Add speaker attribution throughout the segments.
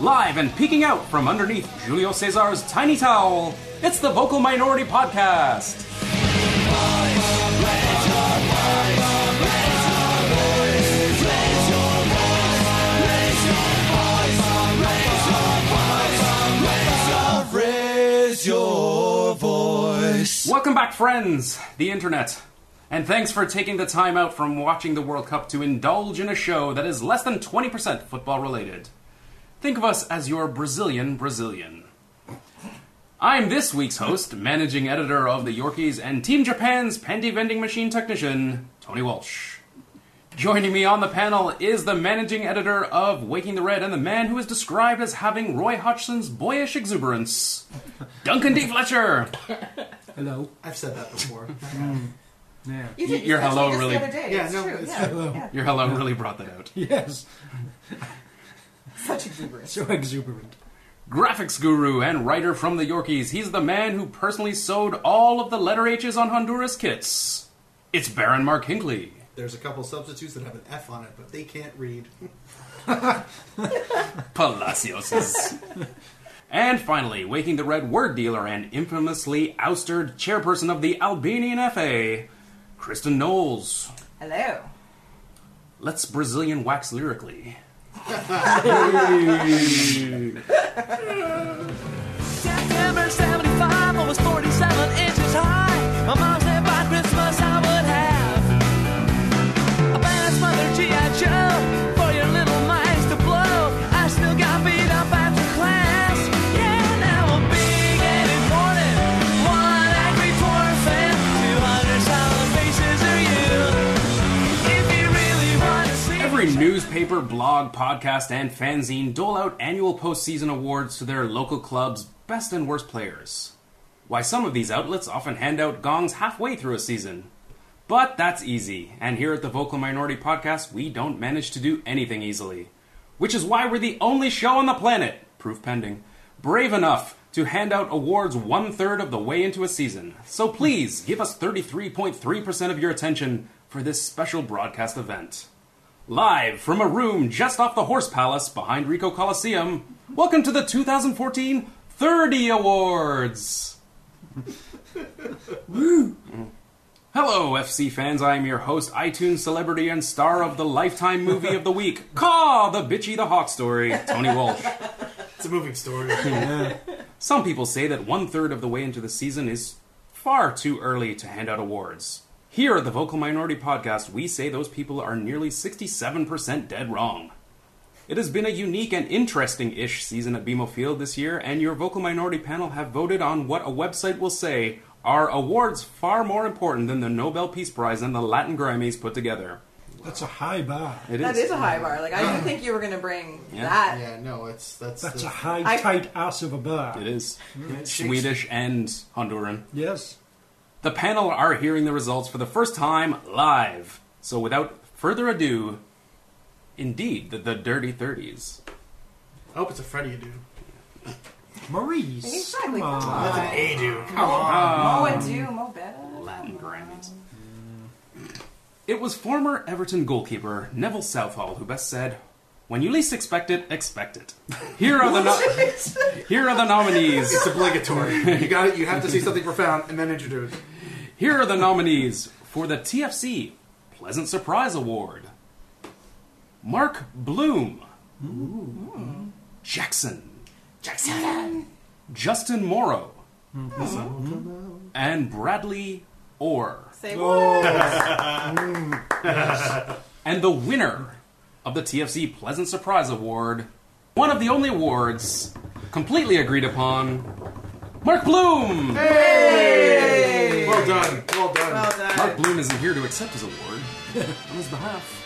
Speaker 1: Live and peeking out from underneath Julio Cesar's tiny towel, it's the Vocal Minority Podcast.
Speaker 2: Raise your voice.
Speaker 1: Welcome back, friends, the internet. And thanks for taking the time out from watching the World Cup to indulge in a show that is less than 20% football related. Think of us as your Brazilian Brazilian. I'm this week's host, managing editor of the Yorkies and Team Japan's Pandy Vending Machine Technician, Tony Walsh. Joining me on the panel is the managing editor of Waking the Red and the man who is described as having Roy Hodgson's boyish exuberance, Duncan D. Fletcher.
Speaker 3: Hello.
Speaker 4: I've said that before.
Speaker 3: Yeah.
Speaker 1: Y-
Speaker 5: You did.
Speaker 1: your
Speaker 5: you
Speaker 1: hello
Speaker 5: just
Speaker 1: really-
Speaker 5: The other day.
Speaker 4: Yeah,
Speaker 5: it's
Speaker 4: no,
Speaker 5: true.
Speaker 4: it's
Speaker 5: yeah.
Speaker 3: hello.
Speaker 5: yeah.
Speaker 1: Your hello really brought that out.
Speaker 3: Yes.
Speaker 5: Such exuberance.
Speaker 3: So exuberant.
Speaker 1: Graphics guru and writer from the Yorkies, he's the man who personally sewed all of the letter H's on Honduras kits. It's Baron Mark Hinkley.
Speaker 4: There's a couple substitutes that have an F on it, but they can't read.
Speaker 1: Palacios. and finally, waking the red word dealer and infamously ousted chairperson of the Albanian FA, Kristen Knowles.
Speaker 5: Hello.
Speaker 1: Let's Brazilian wax lyrically.
Speaker 6: September 75, I was 47 inches high. My mom said by Christmas I would have a badass mother G.I. Joe for your little minds to blow. I still got beat up after class. Yeah, now I'm big and important. One angry torn fan, 200 solid faces are you. If you really want to see
Speaker 1: Every newspaper, blog, podcast, and fanzine dole out annual postseason awards to their local clubs' best and worst players. Why, some of these outlets often hand out gongs halfway through a season. But that's easy, and here at the Vocal Minority Podcast, we don't manage to do anything easily. Which is why we're the only show on the planet, proof pending, brave enough to hand out awards one third of the way into a season. So please give us 33.3% of your attention for this special broadcast event. Live from a room just off the Horse Palace behind Rico Coliseum, welcome to the 2014 30 Awards! Hello, FC fans. I am your host, iTunes celebrity, and star of the Lifetime Movie of the Week, Caw the Bitchy the Hawk Story, Tony Walsh.
Speaker 4: It's a moving story.
Speaker 1: Some people say that one third of the way into the season is far too early to hand out awards. Here at the Vocal Minority Podcast, we say those people are nearly 67% dead wrong. It has been a unique and interesting ish season at BMO Field this year, and your Vocal Minority panel have voted on what a website will say are awards far more important than the Nobel Peace Prize and the Latin Grammys put together.
Speaker 3: That's a high bar.
Speaker 1: It
Speaker 5: That
Speaker 1: is-
Speaker 5: is a high bar. Like I didn't think you were going to bring
Speaker 1: Yeah.
Speaker 5: that.
Speaker 4: yeah, no, it's that's
Speaker 3: That's
Speaker 4: the,
Speaker 3: a high,
Speaker 5: I-
Speaker 3: tight ass of a bar.
Speaker 1: It is.
Speaker 4: Hmm.
Speaker 1: Swedish and Honduran.
Speaker 3: Yes.
Speaker 1: The panel are hearing the results for the first time live. So without further ado, indeed, the, the Dirty 30s.
Speaker 4: I hope it's a Freddy dude.
Speaker 3: Maurice.
Speaker 5: Exactly.
Speaker 3: Come
Speaker 5: Come
Speaker 3: on.
Speaker 5: on.
Speaker 4: That's an A dude. Come
Speaker 5: Mo,
Speaker 4: on.
Speaker 5: Mo and uh, do Mo better.
Speaker 1: Latin Grammys. It was former Everton goalkeeper Neville Southall who best said, When you least expect it, expect it. Here are the, no- here are the nominees.
Speaker 4: It's obligatory. you got it. You have to see something profound and then introduce.
Speaker 1: Here are the nominees for the TFC Pleasant Surprise Award Mark Bloom, Jackson, Jackson, Justin Morrow, and Bradley Orr.
Speaker 5: Say what?
Speaker 3: Oh,
Speaker 1: And the winner of the TFC Pleasant Surprise Award, one of the only awards completely agreed upon, Mark Bloom!
Speaker 4: Well done. Well done.
Speaker 5: Well done.
Speaker 1: Mark Bloom isn't here to accept his award on his behalf.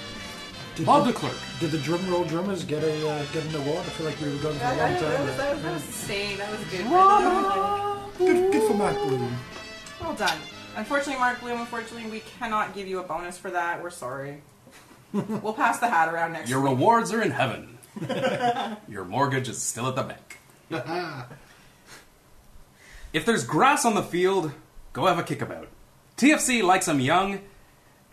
Speaker 1: Bob de Klerk.
Speaker 3: did the drum roll drummers get a uh, get an award? I feel like we were going for
Speaker 5: I,
Speaker 3: a
Speaker 5: I,
Speaker 3: long
Speaker 5: that, was,
Speaker 3: time.
Speaker 5: that, was, that was sustained. That was good. Well
Speaker 3: Good, good for Mark Bloom.
Speaker 5: done. Unfortunately, Mark Bloom. Unfortunately, we cannot give you a bonus for that. We're sorry. we'll pass the hat around next.
Speaker 1: Your
Speaker 5: week.
Speaker 1: rewards are in heaven. Your mortgage is still at the bank. if there's grass on the field, go have a kickabout. TFC likes 'em young,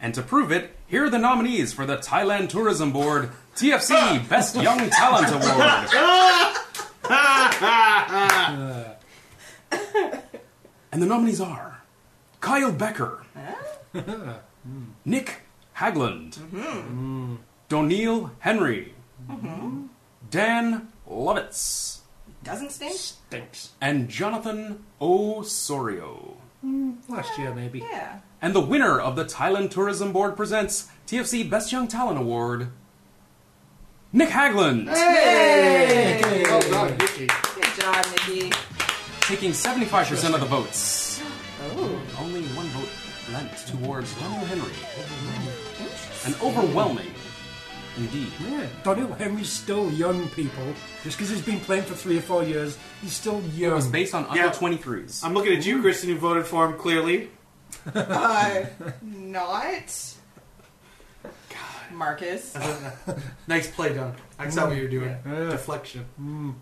Speaker 1: And to prove it, here are the nominees for the Thailand Tourism Board TFC Best Young Talent Award. and the nominees are Kyle Becker, Nick Hagland, Doniel Henry, Dan Lovitz,
Speaker 5: Doesn't stink?
Speaker 3: Stinks.
Speaker 1: and Jonathan Osorio.
Speaker 3: Last year, maybe.
Speaker 5: Yeah.
Speaker 1: And the winner of the Thailand Tourism Board presents TFC Best Young Talent Award, Nick Hagland,
Speaker 4: Hey! Well done, Nikki.
Speaker 5: Good job, Nikki.
Speaker 1: taking 75% of the votes.
Speaker 5: Oh.
Speaker 1: Only one vote lent towards Donald Henry. An overwhelming, indeed.
Speaker 3: Yeah. Donnell Henry's still young, people. Just because he's been playing for three or four years, he's still young.
Speaker 1: It was based on under
Speaker 4: Yeah.
Speaker 1: 23s.
Speaker 4: I'm looking at you, Kristen, who voted for him, clearly.
Speaker 5: Uh, not. Marcus.
Speaker 1: Uh-huh.
Speaker 4: Nice play, Duncan. I saw what you were doing.
Speaker 3: Yeah.
Speaker 4: Deflection.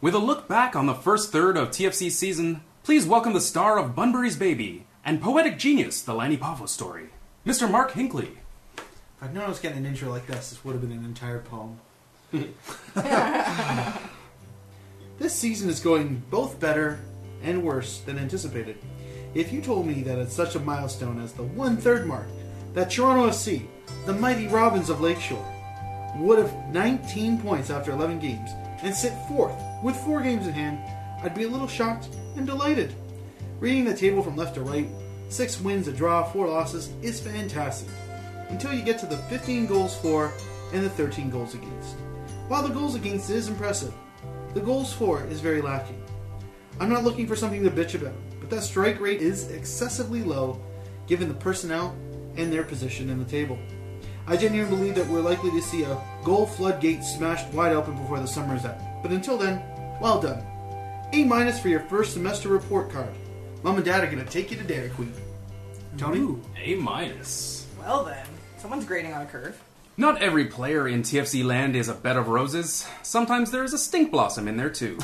Speaker 1: With a look back on the first third of TFC's season, please welcome the star of Bunbury's Baby and poetic genius, the Lanny Pavo story, Mr. Mark Hinckley.
Speaker 4: If I'd known I was getting an intro like this, this would have been an entire poem. this season is going both better and worse than anticipated. If you told me that at such a milestone as the one third mark, that Toronto FC, the mighty Robins of Lakeshore, would have 19 points after 11 games and sit fourth with four games in hand, I'd be a little shocked and delighted. Reading the table from left to right, six wins, a draw, four losses is fantastic until you get to the 15 goals for and the 13 goals against. While the goals against is impressive, the goals for is very lacking. I'm not looking for something to bitch about, but that strike rate is excessively low given the personnel and their position in the table. I genuinely believe that we're likely to see a goal floodgate smashed wide open before the summer is out. But until then, well done. A minus for your first semester report card. Mom and Dad are going to take you to Dairy Queen. Tony?
Speaker 1: A minus.
Speaker 5: Well then, someone's grading on a curve.
Speaker 1: Not every player in TFC land is a bed of roses. Sometimes there is a stink blossom in there too.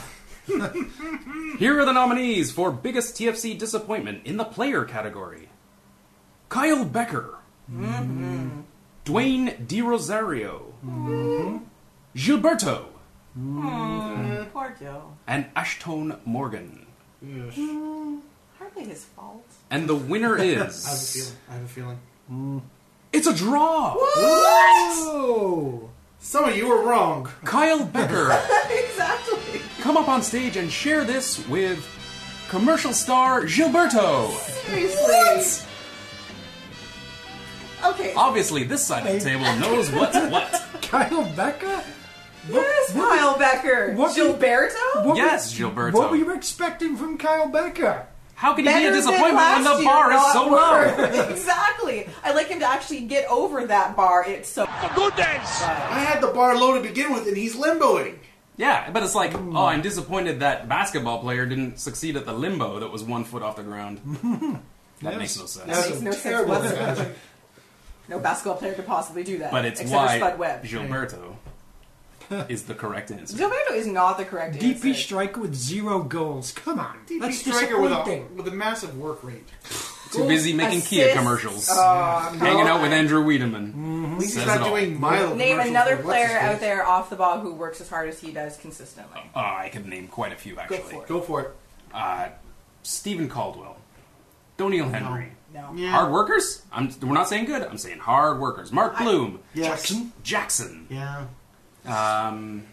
Speaker 1: Here are the nominees for biggest TFC disappointment in the player category. Kyle Becker. Dwayne Di Rosario. Gilberto
Speaker 5: Poor Joe.
Speaker 1: and Ashton Morgan.
Speaker 5: Hardly his fault.
Speaker 1: And the winner
Speaker 4: I have a
Speaker 1: is
Speaker 4: feeling. I have a feeling.
Speaker 1: It's a draw.
Speaker 3: Oh!
Speaker 4: Some of you were wrong.
Speaker 1: Kyle Becker.
Speaker 5: exactly.
Speaker 1: Come up on stage and share this with commercial star Gilberto.
Speaker 5: Seriously. Okay.
Speaker 1: Obviously, this side of the table knows what's what.
Speaker 3: Kyle Becker?
Speaker 5: Where's Kyle Becker?
Speaker 3: what-
Speaker 5: Gilberto?
Speaker 3: What
Speaker 1: Yes,
Speaker 3: were-
Speaker 1: Gilberto.
Speaker 3: What were you expecting from Kyle Becker?
Speaker 1: How can you be
Speaker 5: Better
Speaker 1: a
Speaker 5: than
Speaker 1: disappointment when
Speaker 5: last
Speaker 1: the
Speaker 5: year,
Speaker 1: bar is
Speaker 5: not
Speaker 1: so low?
Speaker 5: worse. exactly. I like him to actually get over that bar. It's so
Speaker 4: I had the bar low to begin with, and he's limboing.
Speaker 1: Yeah, but it's like, oh, I'm disappointed that basketball player didn't succeed at the limbo that was one foot off the ground. that makes no sense.
Speaker 4: That's
Speaker 5: makes
Speaker 4: a
Speaker 5: no sense
Speaker 4: terrible
Speaker 5: whatsoever. No basketball player could possibly do that.
Speaker 1: But it's
Speaker 5: except
Speaker 1: why
Speaker 5: for Spud Webb.
Speaker 1: Gilberto is the correct answer.
Speaker 5: Gilberto is not the correct answer.
Speaker 3: DP striker with zero goals. Come on.
Speaker 4: DP
Speaker 3: That's
Speaker 4: striker with a,
Speaker 3: disappointing.
Speaker 4: with a massive work rate.
Speaker 1: Too busy making Kia
Speaker 5: Assists.
Speaker 1: commercials,
Speaker 5: Oh,
Speaker 1: hanging out with Andrew Wiedemann.
Speaker 4: At least
Speaker 1: Says
Speaker 4: he's
Speaker 1: it
Speaker 4: not
Speaker 1: all.
Speaker 4: doing mild.
Speaker 5: Name
Speaker 4: commercials
Speaker 5: another
Speaker 4: for
Speaker 5: player
Speaker 4: what's-his-face.
Speaker 5: out there off the ball who works as hard as he does consistently.
Speaker 1: Oh, I could name quite a few actually.
Speaker 5: for it.
Speaker 4: Go for it.
Speaker 1: Uh, Stephen Caldwell, Doniel Henry.
Speaker 5: No.
Speaker 1: Hard workers? I'm, we're not saying good. I'm saying hard workers. Mark Bloom,
Speaker 4: Yes.
Speaker 3: Jackson?
Speaker 1: Jackson.
Speaker 4: Yeah.
Speaker 1: Um,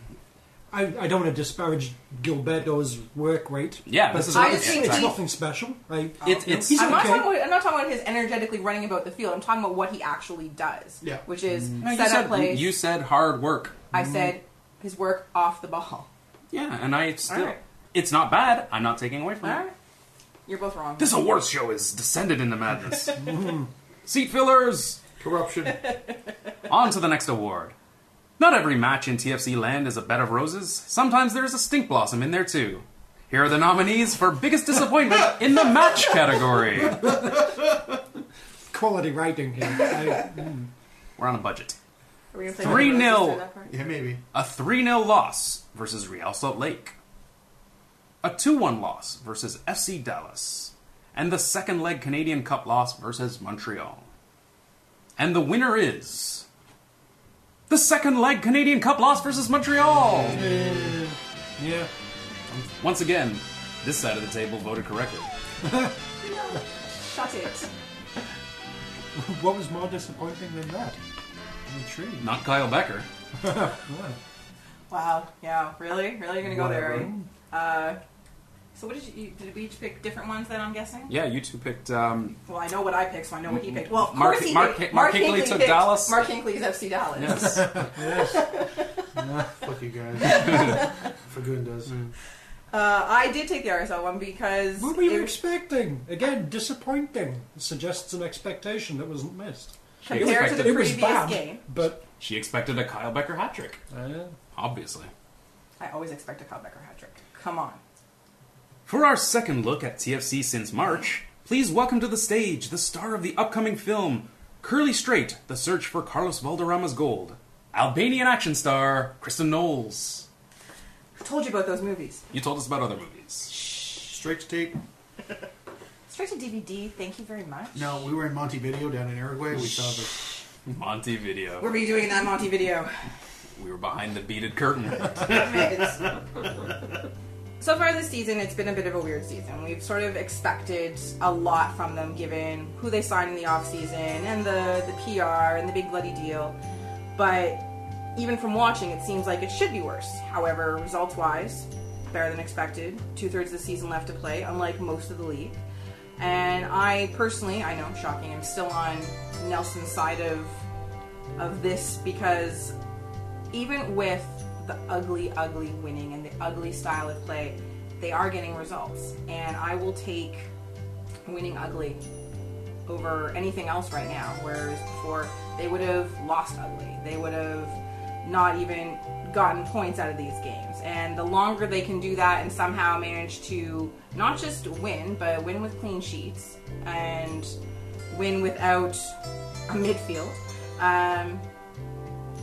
Speaker 3: I, I don't want to disparage Gilberto's work rate.
Speaker 1: Yeah,
Speaker 3: but
Speaker 1: this is
Speaker 5: I
Speaker 3: it's,
Speaker 5: just think
Speaker 3: it's
Speaker 5: he-
Speaker 3: nothing special. I,
Speaker 1: It's- it's-
Speaker 3: he's
Speaker 5: I'm, not
Speaker 3: okay.
Speaker 5: talking about, I'm not talking about his energetically running about the field. I'm talking about what he actually does,
Speaker 4: Yeah.
Speaker 5: which is
Speaker 1: no, you
Speaker 5: set up
Speaker 1: said
Speaker 5: plays.
Speaker 1: you said hard work.
Speaker 5: I said his work off the ball.
Speaker 1: Yeah, and I still.
Speaker 5: Alright.
Speaker 1: It's not bad. I'm not taking away from
Speaker 5: All
Speaker 1: it.
Speaker 5: right, you're both wrong.
Speaker 1: This awards show is descended into madness. Seat fillers.
Speaker 4: Corruption.
Speaker 1: On to the next award. Not every match in TFC land is a bed of roses. Sometimes there is a stink blossom in there too. Here are the nominees for biggest disappointment in the match category.
Speaker 3: quality writing here. I,
Speaker 1: We're on a budget.
Speaker 5: Are we gonna play
Speaker 1: 3-0.
Speaker 5: Roses through that part?
Speaker 4: yeah, maybe.
Speaker 1: A 3 0 loss versus Real Salt Lake. A 2 1 loss versus FC Dallas. And the second leg Canadian Cup loss versus Montreal. And the winner is. The second leg Canadian Cup loss versus Montreal!
Speaker 3: Yeah.
Speaker 1: Once again, this side of the table voted correctly.
Speaker 5: Shut it.
Speaker 3: What was more disappointing than that? The tree.
Speaker 1: Not Kyle Becker.
Speaker 5: Wow. Yeah. Really? Really? You're gonna go
Speaker 3: Whatever.
Speaker 5: there? Right? Uh, so what did you, you? Did we each pick different ones? Then I'm guessing.
Speaker 1: Yeah, you two picked. Um,
Speaker 5: Well, I know what I picked, so I know what he picked. Well, of
Speaker 1: Mark-
Speaker 5: course he
Speaker 1: Mark-
Speaker 5: picked.
Speaker 1: Mark Hinckley took
Speaker 5: picked
Speaker 1: Dallas.
Speaker 5: Mark Hinkley's FC Dallas.
Speaker 1: yes.
Speaker 4: Fuck you guys. For good does.
Speaker 5: Uh, I did take the RSL one because
Speaker 3: What were you
Speaker 5: it-
Speaker 3: expecting? Again, disappointing. It suggests an expectation that wasn't missed.
Speaker 1: She
Speaker 5: compared to
Speaker 1: expected-
Speaker 5: the
Speaker 3: it was
Speaker 5: previous
Speaker 3: bad,
Speaker 5: game.
Speaker 3: but
Speaker 1: She expected a Kyle Becker hat trick,
Speaker 3: uh,
Speaker 1: obviously.
Speaker 5: I always expect a Kyle Becker hat trick. Come on.
Speaker 1: For our second look at TFC since March, please welcome to the stage the star of the upcoming film, Curly Straight The Search for Carlos Valderrama's Gold, Albanian action star, Kristen Knowles.
Speaker 5: I told you about those movies.
Speaker 1: You told us about other movies.
Speaker 4: Straight to tape.
Speaker 5: Straight to DVD. Thank you very much.
Speaker 4: No, we were in Montevideo down in Uruguay. We saw the.
Speaker 1: Montevideo.
Speaker 5: What were you doing in that Monty video?
Speaker 1: We were behind the beaded curtain.
Speaker 5: so far this season, it's been a bit of a weird season. We've sort of expected a lot from them given who they signed in the offseason and the, the PR and the big bloody deal. But even from watching, it seems like it should be worse. However, results wise, better than expected. Two thirds of the season left to play, unlike most of the league. And I personally, I know, shocking, I'm still on Nelson's side of of this because even with the ugly, ugly winning and the ugly style of play, they are getting results. And I will take winning ugly over anything else right now. Whereas before, they would have lost ugly. They would have not even gotten points out of these games. And the longer they can do that and somehow manage to not just win, but win with clean sheets and win without a midfield. Um,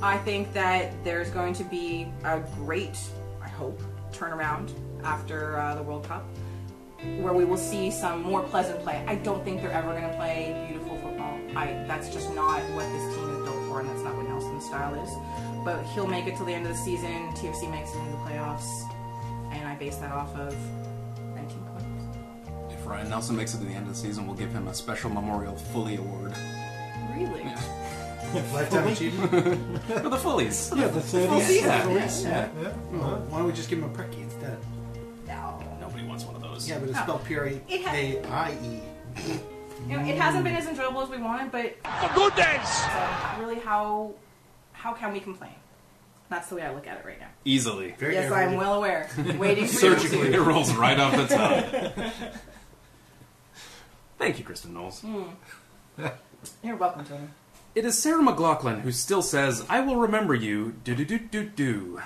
Speaker 5: I think that there's going to be a great, I hope, turnaround after uh, the World Cup where we will see some more pleasant play. I don't think they're ever going to play beautiful football. I that's just not what this team is built for, and that's not what Nelson's style is. But he'll make it till the end of the season. TFC makes it into the playoffs, and I base that off of 19 points.
Speaker 1: if Ryan Nelson makes it to the end of the season, we'll give him a special memorial Fully Award.
Speaker 5: Really?
Speaker 4: Lifetime achievement?
Speaker 1: For the Fullies.
Speaker 3: yeah, the 30th.
Speaker 1: Yeah.
Speaker 3: Yeah.
Speaker 4: Well, why don't we just give him a Preki instead?
Speaker 5: No.
Speaker 1: Nobody wants one of those.
Speaker 4: Yeah, but it's spelled P R E
Speaker 5: Oh. It ha-
Speaker 4: A I E.
Speaker 5: You know, it hasn't been as enjoyable as we wanted, but for goodness, really, how how can we complain? That's the way I look at it right now.
Speaker 1: Easily.
Speaker 4: Very
Speaker 5: Yes,
Speaker 4: average.
Speaker 5: I'm well aware. Waiting for you.
Speaker 1: Surgically, it rolls right off the tongue. Thank you, Kristen Knowles.
Speaker 5: You're welcome, Tony.
Speaker 1: It is Sarah McLaughlin who still says, I will remember you, do do do do do.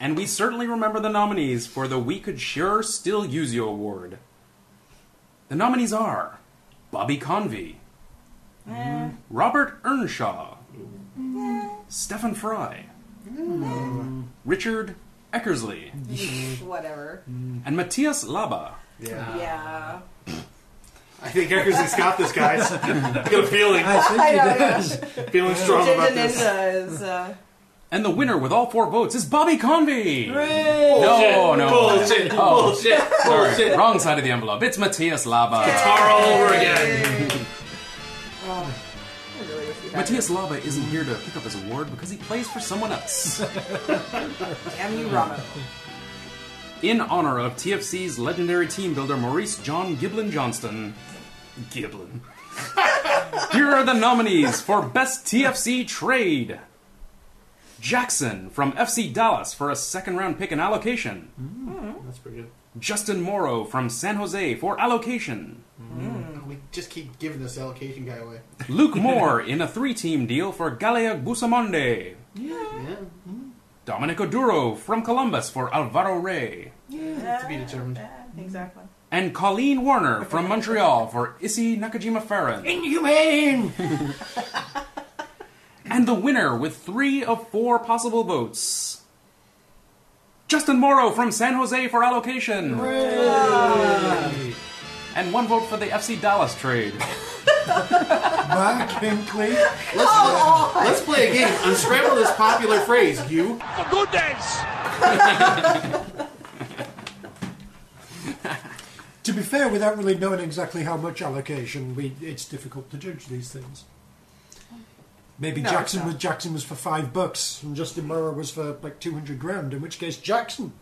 Speaker 1: And we certainly remember the nominees for the We Could Sure Still Use You Award. The nominees are Bobby Convey, Robert Earnshaw, Stephen Fry, Richard Eckersley,
Speaker 4: Mm-hmm.
Speaker 5: Whatever.
Speaker 1: and Matthias Laba.
Speaker 4: Yeah.
Speaker 5: Yeah.
Speaker 4: I think Eckersley's got this, guys. I got a feeling.
Speaker 3: I think
Speaker 5: I
Speaker 3: he
Speaker 5: know, yeah.
Speaker 3: does.
Speaker 4: Feeling strong about
Speaker 5: Ninja
Speaker 4: this.
Speaker 5: Ninja is, uh,
Speaker 1: And the winner with all four votes is Bobby Convey!
Speaker 3: Hooray!
Speaker 1: No, no.
Speaker 4: Bullshit. Bullshit.
Speaker 1: Sorry, wrong side of the envelope. It's Matthias Laba.
Speaker 4: Tar all over again.
Speaker 5: I really wish we had
Speaker 1: Matthias Laba isn't here to pick up his award because he plays for someone else.
Speaker 5: it. Damn you, Ramo.
Speaker 4: Mm-hmm.
Speaker 1: In honor of TFC's legendary team builder Maurice John Giblin Johnston. Giblin. here are the nominees for Best TFC Trade Jackson from FC Dallas for a second round pick and allocation.
Speaker 4: That's pretty good.
Speaker 1: Justin Morrow from San Jose for allocation.
Speaker 4: We just keep giving this allocation guy away.
Speaker 1: Luke Moore in a three team deal for Galeag Busamonde.
Speaker 4: Yeah.
Speaker 1: Dominic Oduro from Columbus for Alvaro Rey.
Speaker 4: To be determined.
Speaker 5: Exactly.
Speaker 1: And Colleen Warner from Montreal for Issy Nakajima Farron.
Speaker 3: Inhumane!
Speaker 1: And the winner with three of four possible votes. Justin Morrow from San Jose for allocation. And one vote for the FC Dallas trade.
Speaker 3: Mark Hinckley.
Speaker 4: Let's, let's play a game. Unscramble this popular phrase, you.
Speaker 3: To be fair, without really knowing exactly how much allocation, we, it's difficult to judge these things. Maybe
Speaker 5: No,
Speaker 3: Jackson
Speaker 5: it's
Speaker 3: was
Speaker 5: not.
Speaker 3: Jackson was for five bucks, and Justin Morrow was for like two hundred grand. In which case, Jackson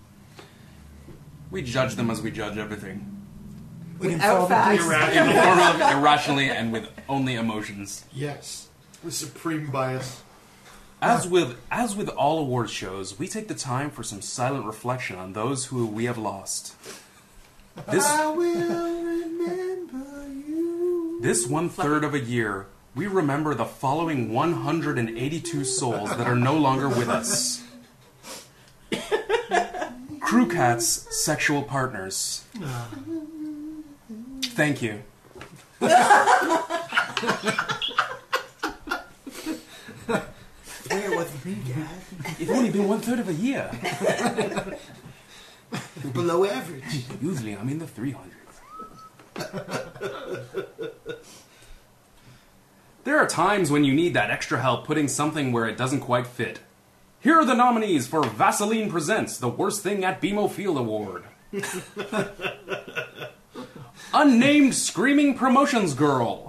Speaker 1: We judge them as we judge everything.
Speaker 3: would
Speaker 5: Without
Speaker 3: informedly-
Speaker 5: facts.
Speaker 1: In the form of irrationally and with only emotions.
Speaker 3: Yes,
Speaker 4: The supreme bias.
Speaker 1: As with as with all awards shows, we take the time for some silent reflection on those who we have lost. This
Speaker 4: will remember you.
Speaker 1: This one third of a year, we remember the following 182 souls that are no longer with us. Crew cats, sexual partners. Thank you.
Speaker 4: Bear with me, guys.
Speaker 1: It's only been one third of a year.
Speaker 4: You're below average.
Speaker 1: Usually I'm in the 300s. there are times when you need that extra help putting something where it doesn't quite fit. Here are the nominees for Vaseline Presents the Worst Thing at BMO Field Award. Unnamed Screaming Promotions Girl.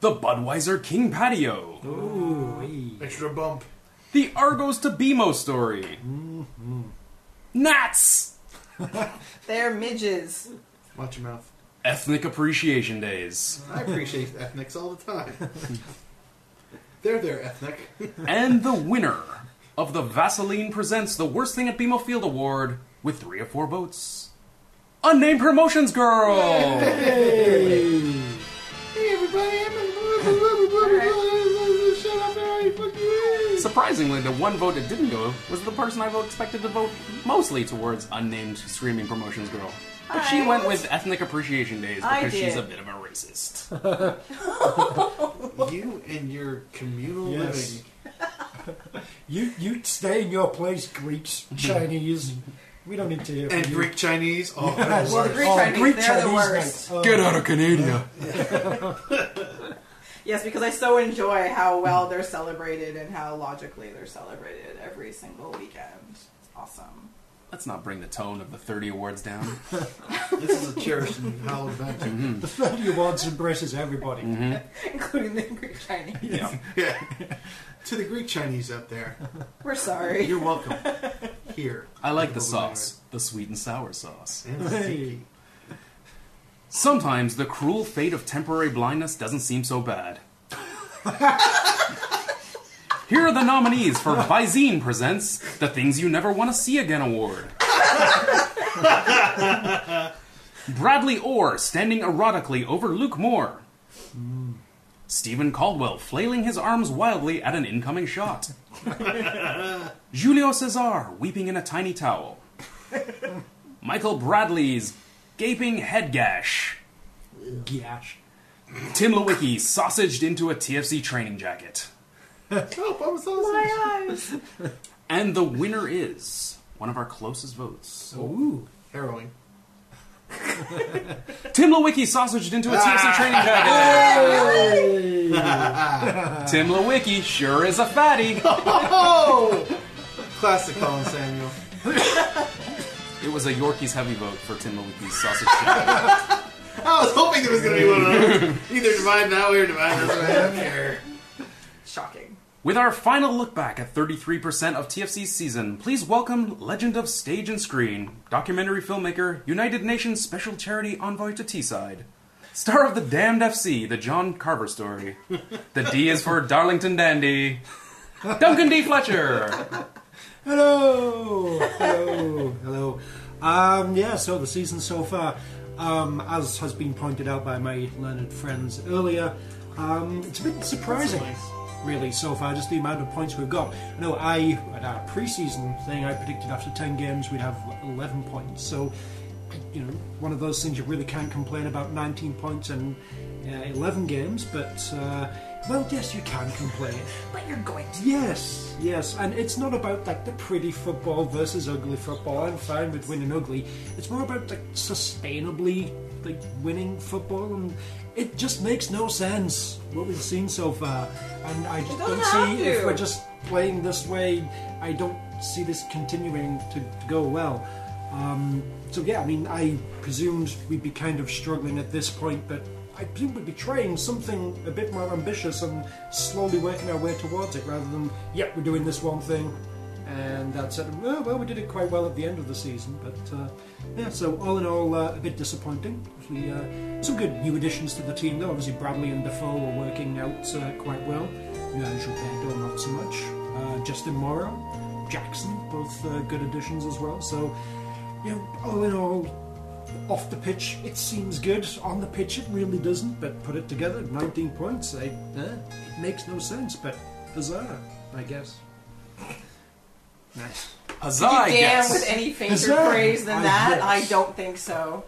Speaker 1: The Budweiser King Patio.
Speaker 4: Extra bump.
Speaker 1: The Argos to BMO story. Nats!
Speaker 5: They're midges.
Speaker 4: Watch your mouth.
Speaker 1: Ethnic Appreciation Days.
Speaker 4: I appreciate ethnics all the time. They're their ethnic.
Speaker 1: And the winner of the Vaseline Presents the Worst Thing at BMO Field Award with three or four votes. Unnamed Promotions Girl!
Speaker 4: Hey everybody, I'm a shut up Harry, fuck you.
Speaker 1: Surprisingly, the one vote that didn't go was the person I expected to vote mostly towards Unnamed Screaming Promotions Girl. But she
Speaker 5: I-
Speaker 1: went with Ethnic Appreciation Days
Speaker 5: I
Speaker 1: because she's a
Speaker 5: did.
Speaker 1: bit of a racist.
Speaker 4: You and your communal
Speaker 3: Yes.
Speaker 4: living.
Speaker 3: you you stay in your place, Greeks, Chinese. we don't need to hear from
Speaker 4: And
Speaker 3: you.
Speaker 4: Greek Chinese. Oh,
Speaker 3: Yes.
Speaker 5: Well, the Greek Chinese, they're the worst.
Speaker 3: mate. Oh,
Speaker 1: Get out of Canada!
Speaker 5: Yes, because I so enjoy
Speaker 4: Mm-hmm.
Speaker 5: how well they're celebrated and how logically they're celebrated every single weekend. It's awesome.
Speaker 1: Let's not bring the tone of the 30 awards down.
Speaker 4: this is a cherished and hallowed event.
Speaker 3: the thirty awards embraces everybody.
Speaker 4: Mm-hmm.
Speaker 5: Including the Greek Chinese.
Speaker 1: Yeah.
Speaker 4: Yeah. To the Greek Chinese out there,
Speaker 5: We're sorry.
Speaker 4: you're welcome. Here.
Speaker 1: I like the sauce, the sweet and sour sauce.
Speaker 4: And tzatziki.
Speaker 1: Sometimes the cruel fate of temporary blindness doesn't seem so bad. Here are the nominees for Visine Presents the Things You Never Want to See Again Award. Bradley Orr standing erotically over Luke Moore. Stephen Caldwell flailing his arms wildly at an incoming shot. Julio Cesar weeping in a tiny towel. Michael Bradley's gaping head gash.
Speaker 3: Gash.
Speaker 1: Tim Lewicki sausaged into a TFC training jacket.
Speaker 4: Oh, Bubba sausage.
Speaker 5: My eyes.
Speaker 1: And the winner is one of our closest votes.
Speaker 3: Ooh.
Speaker 4: Harrowing.
Speaker 1: Tim Lewicki sausaged into a TFC training jacket. Tim Lewicki sure is a fatty.
Speaker 4: Oh! Classic Colin Samuel.
Speaker 1: It was a Yorkies heavy vote for Tim Lewicki's sausage jacket.
Speaker 4: I was hoping there was going to be one of those. Either divide that way or divide this way. I don't care.
Speaker 5: Shocking.
Speaker 1: With our final look back at 33% of TFC's season, please welcome legend of stage and screen, documentary filmmaker, United Nations Special Charity Envoy to Teesside, star of The Damned FC, the John Carver story. The D is for Darlington Dandy. Duncan D. Fletcher.
Speaker 3: Hello, hello, hello. Um, yeah, so the season so far, um, as has been pointed out by my learned friends earlier, um, it's been surprising, really, so far, just the amount of points we've got. No, I, at our preseason thing, I predicted after 10 games we'd have 11 points, so, you know, one of those things you really can't complain about 19 points and uh, 11 games, but uh, Well, yes, you can complain.
Speaker 5: But you're going to.
Speaker 3: Yes, yes, and it's not about like the pretty football versus ugly football. I'm fine with winning ugly. It's more about like sustainably like winning football, and it just makes no sense what we've seen so far. And I just
Speaker 5: doesn't
Speaker 3: don't see
Speaker 5: have to.
Speaker 3: if we're just playing this way. I don't see this continuing to, to go well. Um, so yeah, I mean, I presumed we'd be kind of struggling at this point, but I presume we'd be trying something a bit more ambitious and slowly working our way towards it, rather than yep, we're doing this one thing, and that's it. Well, well, we did it quite well at the end of the season, but uh, yeah. So all in all, uh, a bit disappointing. Obviously, uh, some good new additions to the team, though. Obviously, Bradley and Defoe are working out uh, quite well. Nigel Pedo, not so much. Uh, Justin Morrow, Jackson, both uh, good additions as well. So you know, all in all, off the pitch it seems good. On the pitch it really doesn't. But put it together, 19 points. I, eh, it makes no sense, but huzzah, I guess. Nice.
Speaker 1: Huzzah,
Speaker 5: You
Speaker 1: I
Speaker 5: damn
Speaker 1: guess.
Speaker 5: with any fainter
Speaker 3: that-
Speaker 5: praise than
Speaker 3: I
Speaker 5: that? I
Speaker 3: guess.
Speaker 5: don't think so.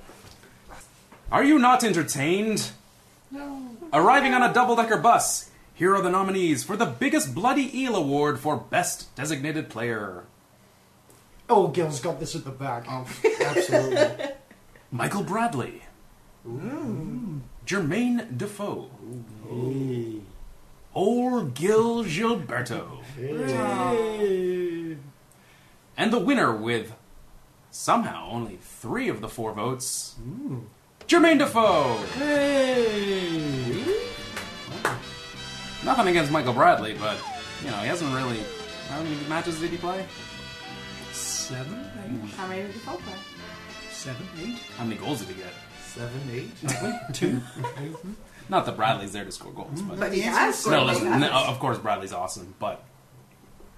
Speaker 1: Are you not entertained?
Speaker 5: No.
Speaker 1: Arriving on a double decker bus, here are the nominees for the biggest bloody eel award for best designated player
Speaker 3: Oh, Gil's got this at the back.
Speaker 4: Absolutely.
Speaker 1: Michael Bradley,
Speaker 4: Mm.
Speaker 1: Jermaine Defoe, Old Gil Gilberto. And the winner with somehow only three of the four votes,
Speaker 4: Mm.
Speaker 1: Jermaine Defoe. Nothing against Michael Bradley, but you know he hasn't really. How many matches did he play?
Speaker 3: Seven, eight,
Speaker 5: How many did you play?
Speaker 3: seven, eight,
Speaker 1: How many goals did he get?
Speaker 4: Seven, eight.
Speaker 3: two.
Speaker 1: Not that Bradley's there to score goals, but
Speaker 5: But he
Speaker 4: Yes.
Speaker 5: has
Speaker 1: no,
Speaker 5: scored
Speaker 1: listen,
Speaker 5: like
Speaker 1: no,
Speaker 5: that.
Speaker 1: of course Bradley's awesome, but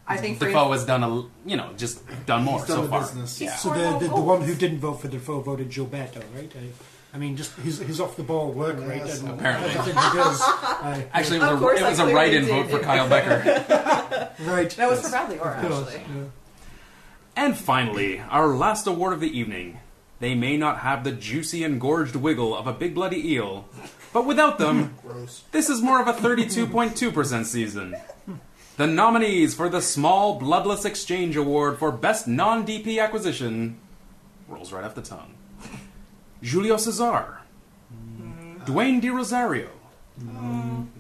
Speaker 5: I think for
Speaker 1: Defoe has done a you know just done more
Speaker 4: He's
Speaker 1: so
Speaker 4: done the
Speaker 1: far.
Speaker 4: business.
Speaker 1: Yeah.
Speaker 3: So the, the, the one who didn't vote for Defoe voted Gilberto, right? I, I mean, just his, his off the ball work rate.
Speaker 4: Yes,
Speaker 3: and-
Speaker 1: apparently.
Speaker 3: I think it is. Aye.
Speaker 1: Actually, it
Speaker 5: Of
Speaker 1: was, a,
Speaker 5: course,
Speaker 1: it
Speaker 5: I
Speaker 1: was a
Speaker 5: clearly
Speaker 1: write-in
Speaker 5: did.
Speaker 1: vote for Kyle Becker.
Speaker 3: right.
Speaker 5: that was for Bradley or
Speaker 3: Of course,
Speaker 5: Ashley.
Speaker 3: yeah.
Speaker 1: and finally, our last award of the evening. They may not have the juicy and gorged wiggle of a big bloody eel, but without them,
Speaker 4: Gross.
Speaker 1: this is more of a 32.2% season. The nominees for the Small Bloodless Exchange Award for Best Non DP Acquisition rolls right off the tongue. Julio Cesar, Dwayne De Rosario,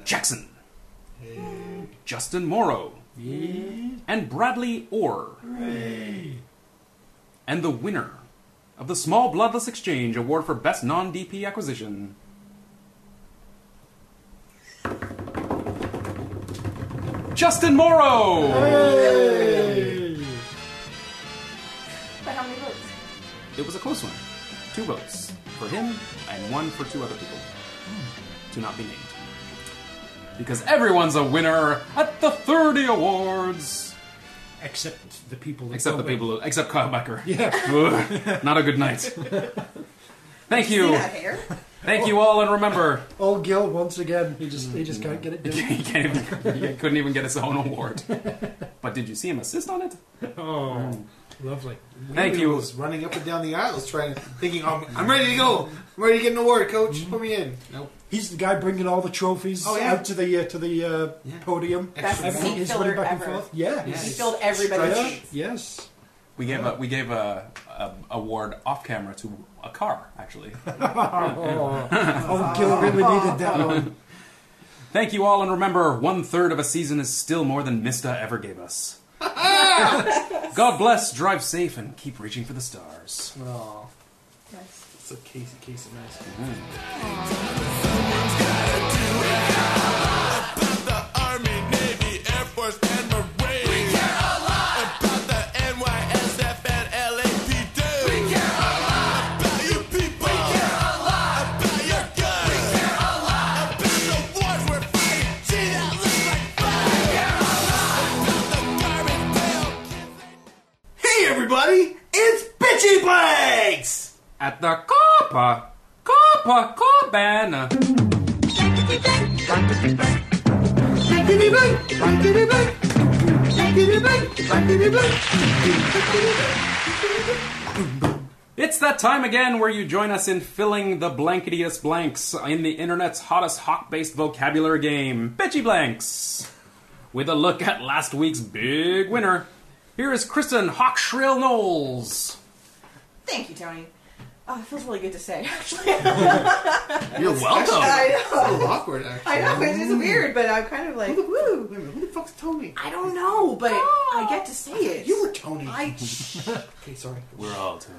Speaker 1: Jackson, Justin Morrow, and Bradley Orr. And the winner of the Small Bloodless Exchange Award for Best Non DP Acquisition Justin Morrow!
Speaker 5: But how many votes?
Speaker 1: It was a close one. Two votes for him and one for two other people. To not be named. Because everyone's a winner at the 30 Awards!
Speaker 3: Except the people. that
Speaker 1: Except the
Speaker 3: vote.
Speaker 1: people, except Kyle Becker.
Speaker 3: Yeah.
Speaker 1: Ugh, not a good night. Thank you.
Speaker 5: That hair?
Speaker 1: Thank you all, and remember,
Speaker 3: Old Gil once again. He just he
Speaker 4: Mm.
Speaker 3: just can't get it done.
Speaker 1: he, can't even, he couldn't even get his own award. But did you see him assist on it?
Speaker 3: Oh, lovely.
Speaker 1: Thank
Speaker 4: He
Speaker 1: you.
Speaker 4: was running up and down the aisles, trying, thinking, "I'm, I'm ready to go. I'm ready to get an award, Coach. Put me in." Nope.
Speaker 3: He's the guy bringing all the trophies
Speaker 4: Oh, yeah.
Speaker 3: out to the uh, to the uh,
Speaker 4: Yeah.
Speaker 3: podium.
Speaker 5: Best
Speaker 4: Excellent.
Speaker 5: seat
Speaker 3: Everything's
Speaker 5: filler
Speaker 3: running back
Speaker 5: ever.
Speaker 3: and forth. Yeah.
Speaker 4: Yes.
Speaker 5: He filled everybody's
Speaker 3: Yeah.
Speaker 5: seats.
Speaker 3: Yes.
Speaker 1: We gave a we gave a, a award off camera to a car actually.
Speaker 3: Oh, oh Gil really needed that one.
Speaker 1: Thank you all, and remember, one third of a season is still more than Mista ever gave us. God bless, drive safe, and keep reaching for the stars.
Speaker 5: Yes.
Speaker 4: Oh. It's a case, case of nice.
Speaker 2: The Army, Navy, Air Force, and Marines. We care a lot about the NYSF and LAPD. We care a lot about you people. We care a lot about your guns. We care a lot about the wars we're fighting. See that looks like fun. We care a lot about the garbage pail.
Speaker 4: Hey, everybody! It's Bitchy Blanks.
Speaker 1: At the Copa, Copa, Cabana. It's that time again where you join us in filling the blanketiest blanks in the internet's hottest hawk based vocabulary game, Bitchy Blanks! With a look at last week's big winner, here is Kristen Hawk Shrill Knowles.
Speaker 5: Thank you, Tony. Oh, it feels really good to say, actually.
Speaker 1: You're welcome!
Speaker 5: I know.
Speaker 4: A little awkward, actually.
Speaker 5: I know, it is weird, but I'm kind of like, woo.
Speaker 4: Wait a minute, who the fuck's Tony?
Speaker 5: I don't know, but I get to say it.
Speaker 4: You were Tony.
Speaker 5: I.
Speaker 4: Okay, sorry.
Speaker 1: We're all Tony.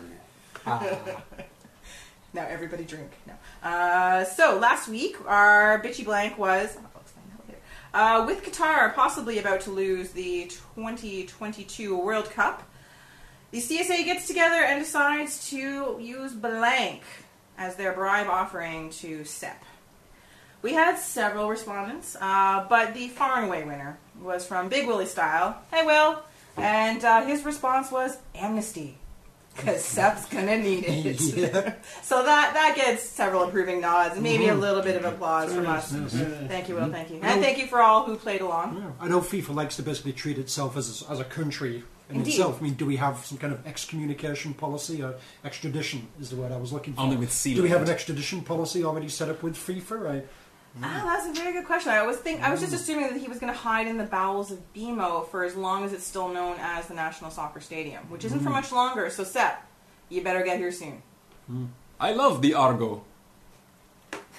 Speaker 5: Now everybody drink. No. Uh, so last week our bitchy blank was. I'll explain that later. Uh, with Qatar possibly about to lose the 2022 World Cup, the CSA gets together and decides to use blank as their bribe offering to SEP. We had several respondents, uh, but the far and away winner was from Big Willie Style. Hey, Will! And uh, his response was amnesty, because SEP's gonna need it. So that that gets several approving nods, and maybe a little bit of applause from us. Thank you, Will. Thank you, and thank you for all who played along.
Speaker 3: I know FIFA likes to basically treat itself as as a country in
Speaker 5: Indeed.
Speaker 3: itself. I mean, do we have some kind of excommunication policy or extradition? Is the word I was looking for.
Speaker 1: Only with sea
Speaker 3: Do we have an
Speaker 1: lions.
Speaker 3: extradition policy already set up with FIFA? I,
Speaker 5: Ah, that's a very good question. I always think I was just assuming that he was going to hide in the bowels of BMO for as long as it's still known as the National Soccer Stadium, which isn't for much longer. So, Seth, you better get here soon.
Speaker 1: I love the Argo.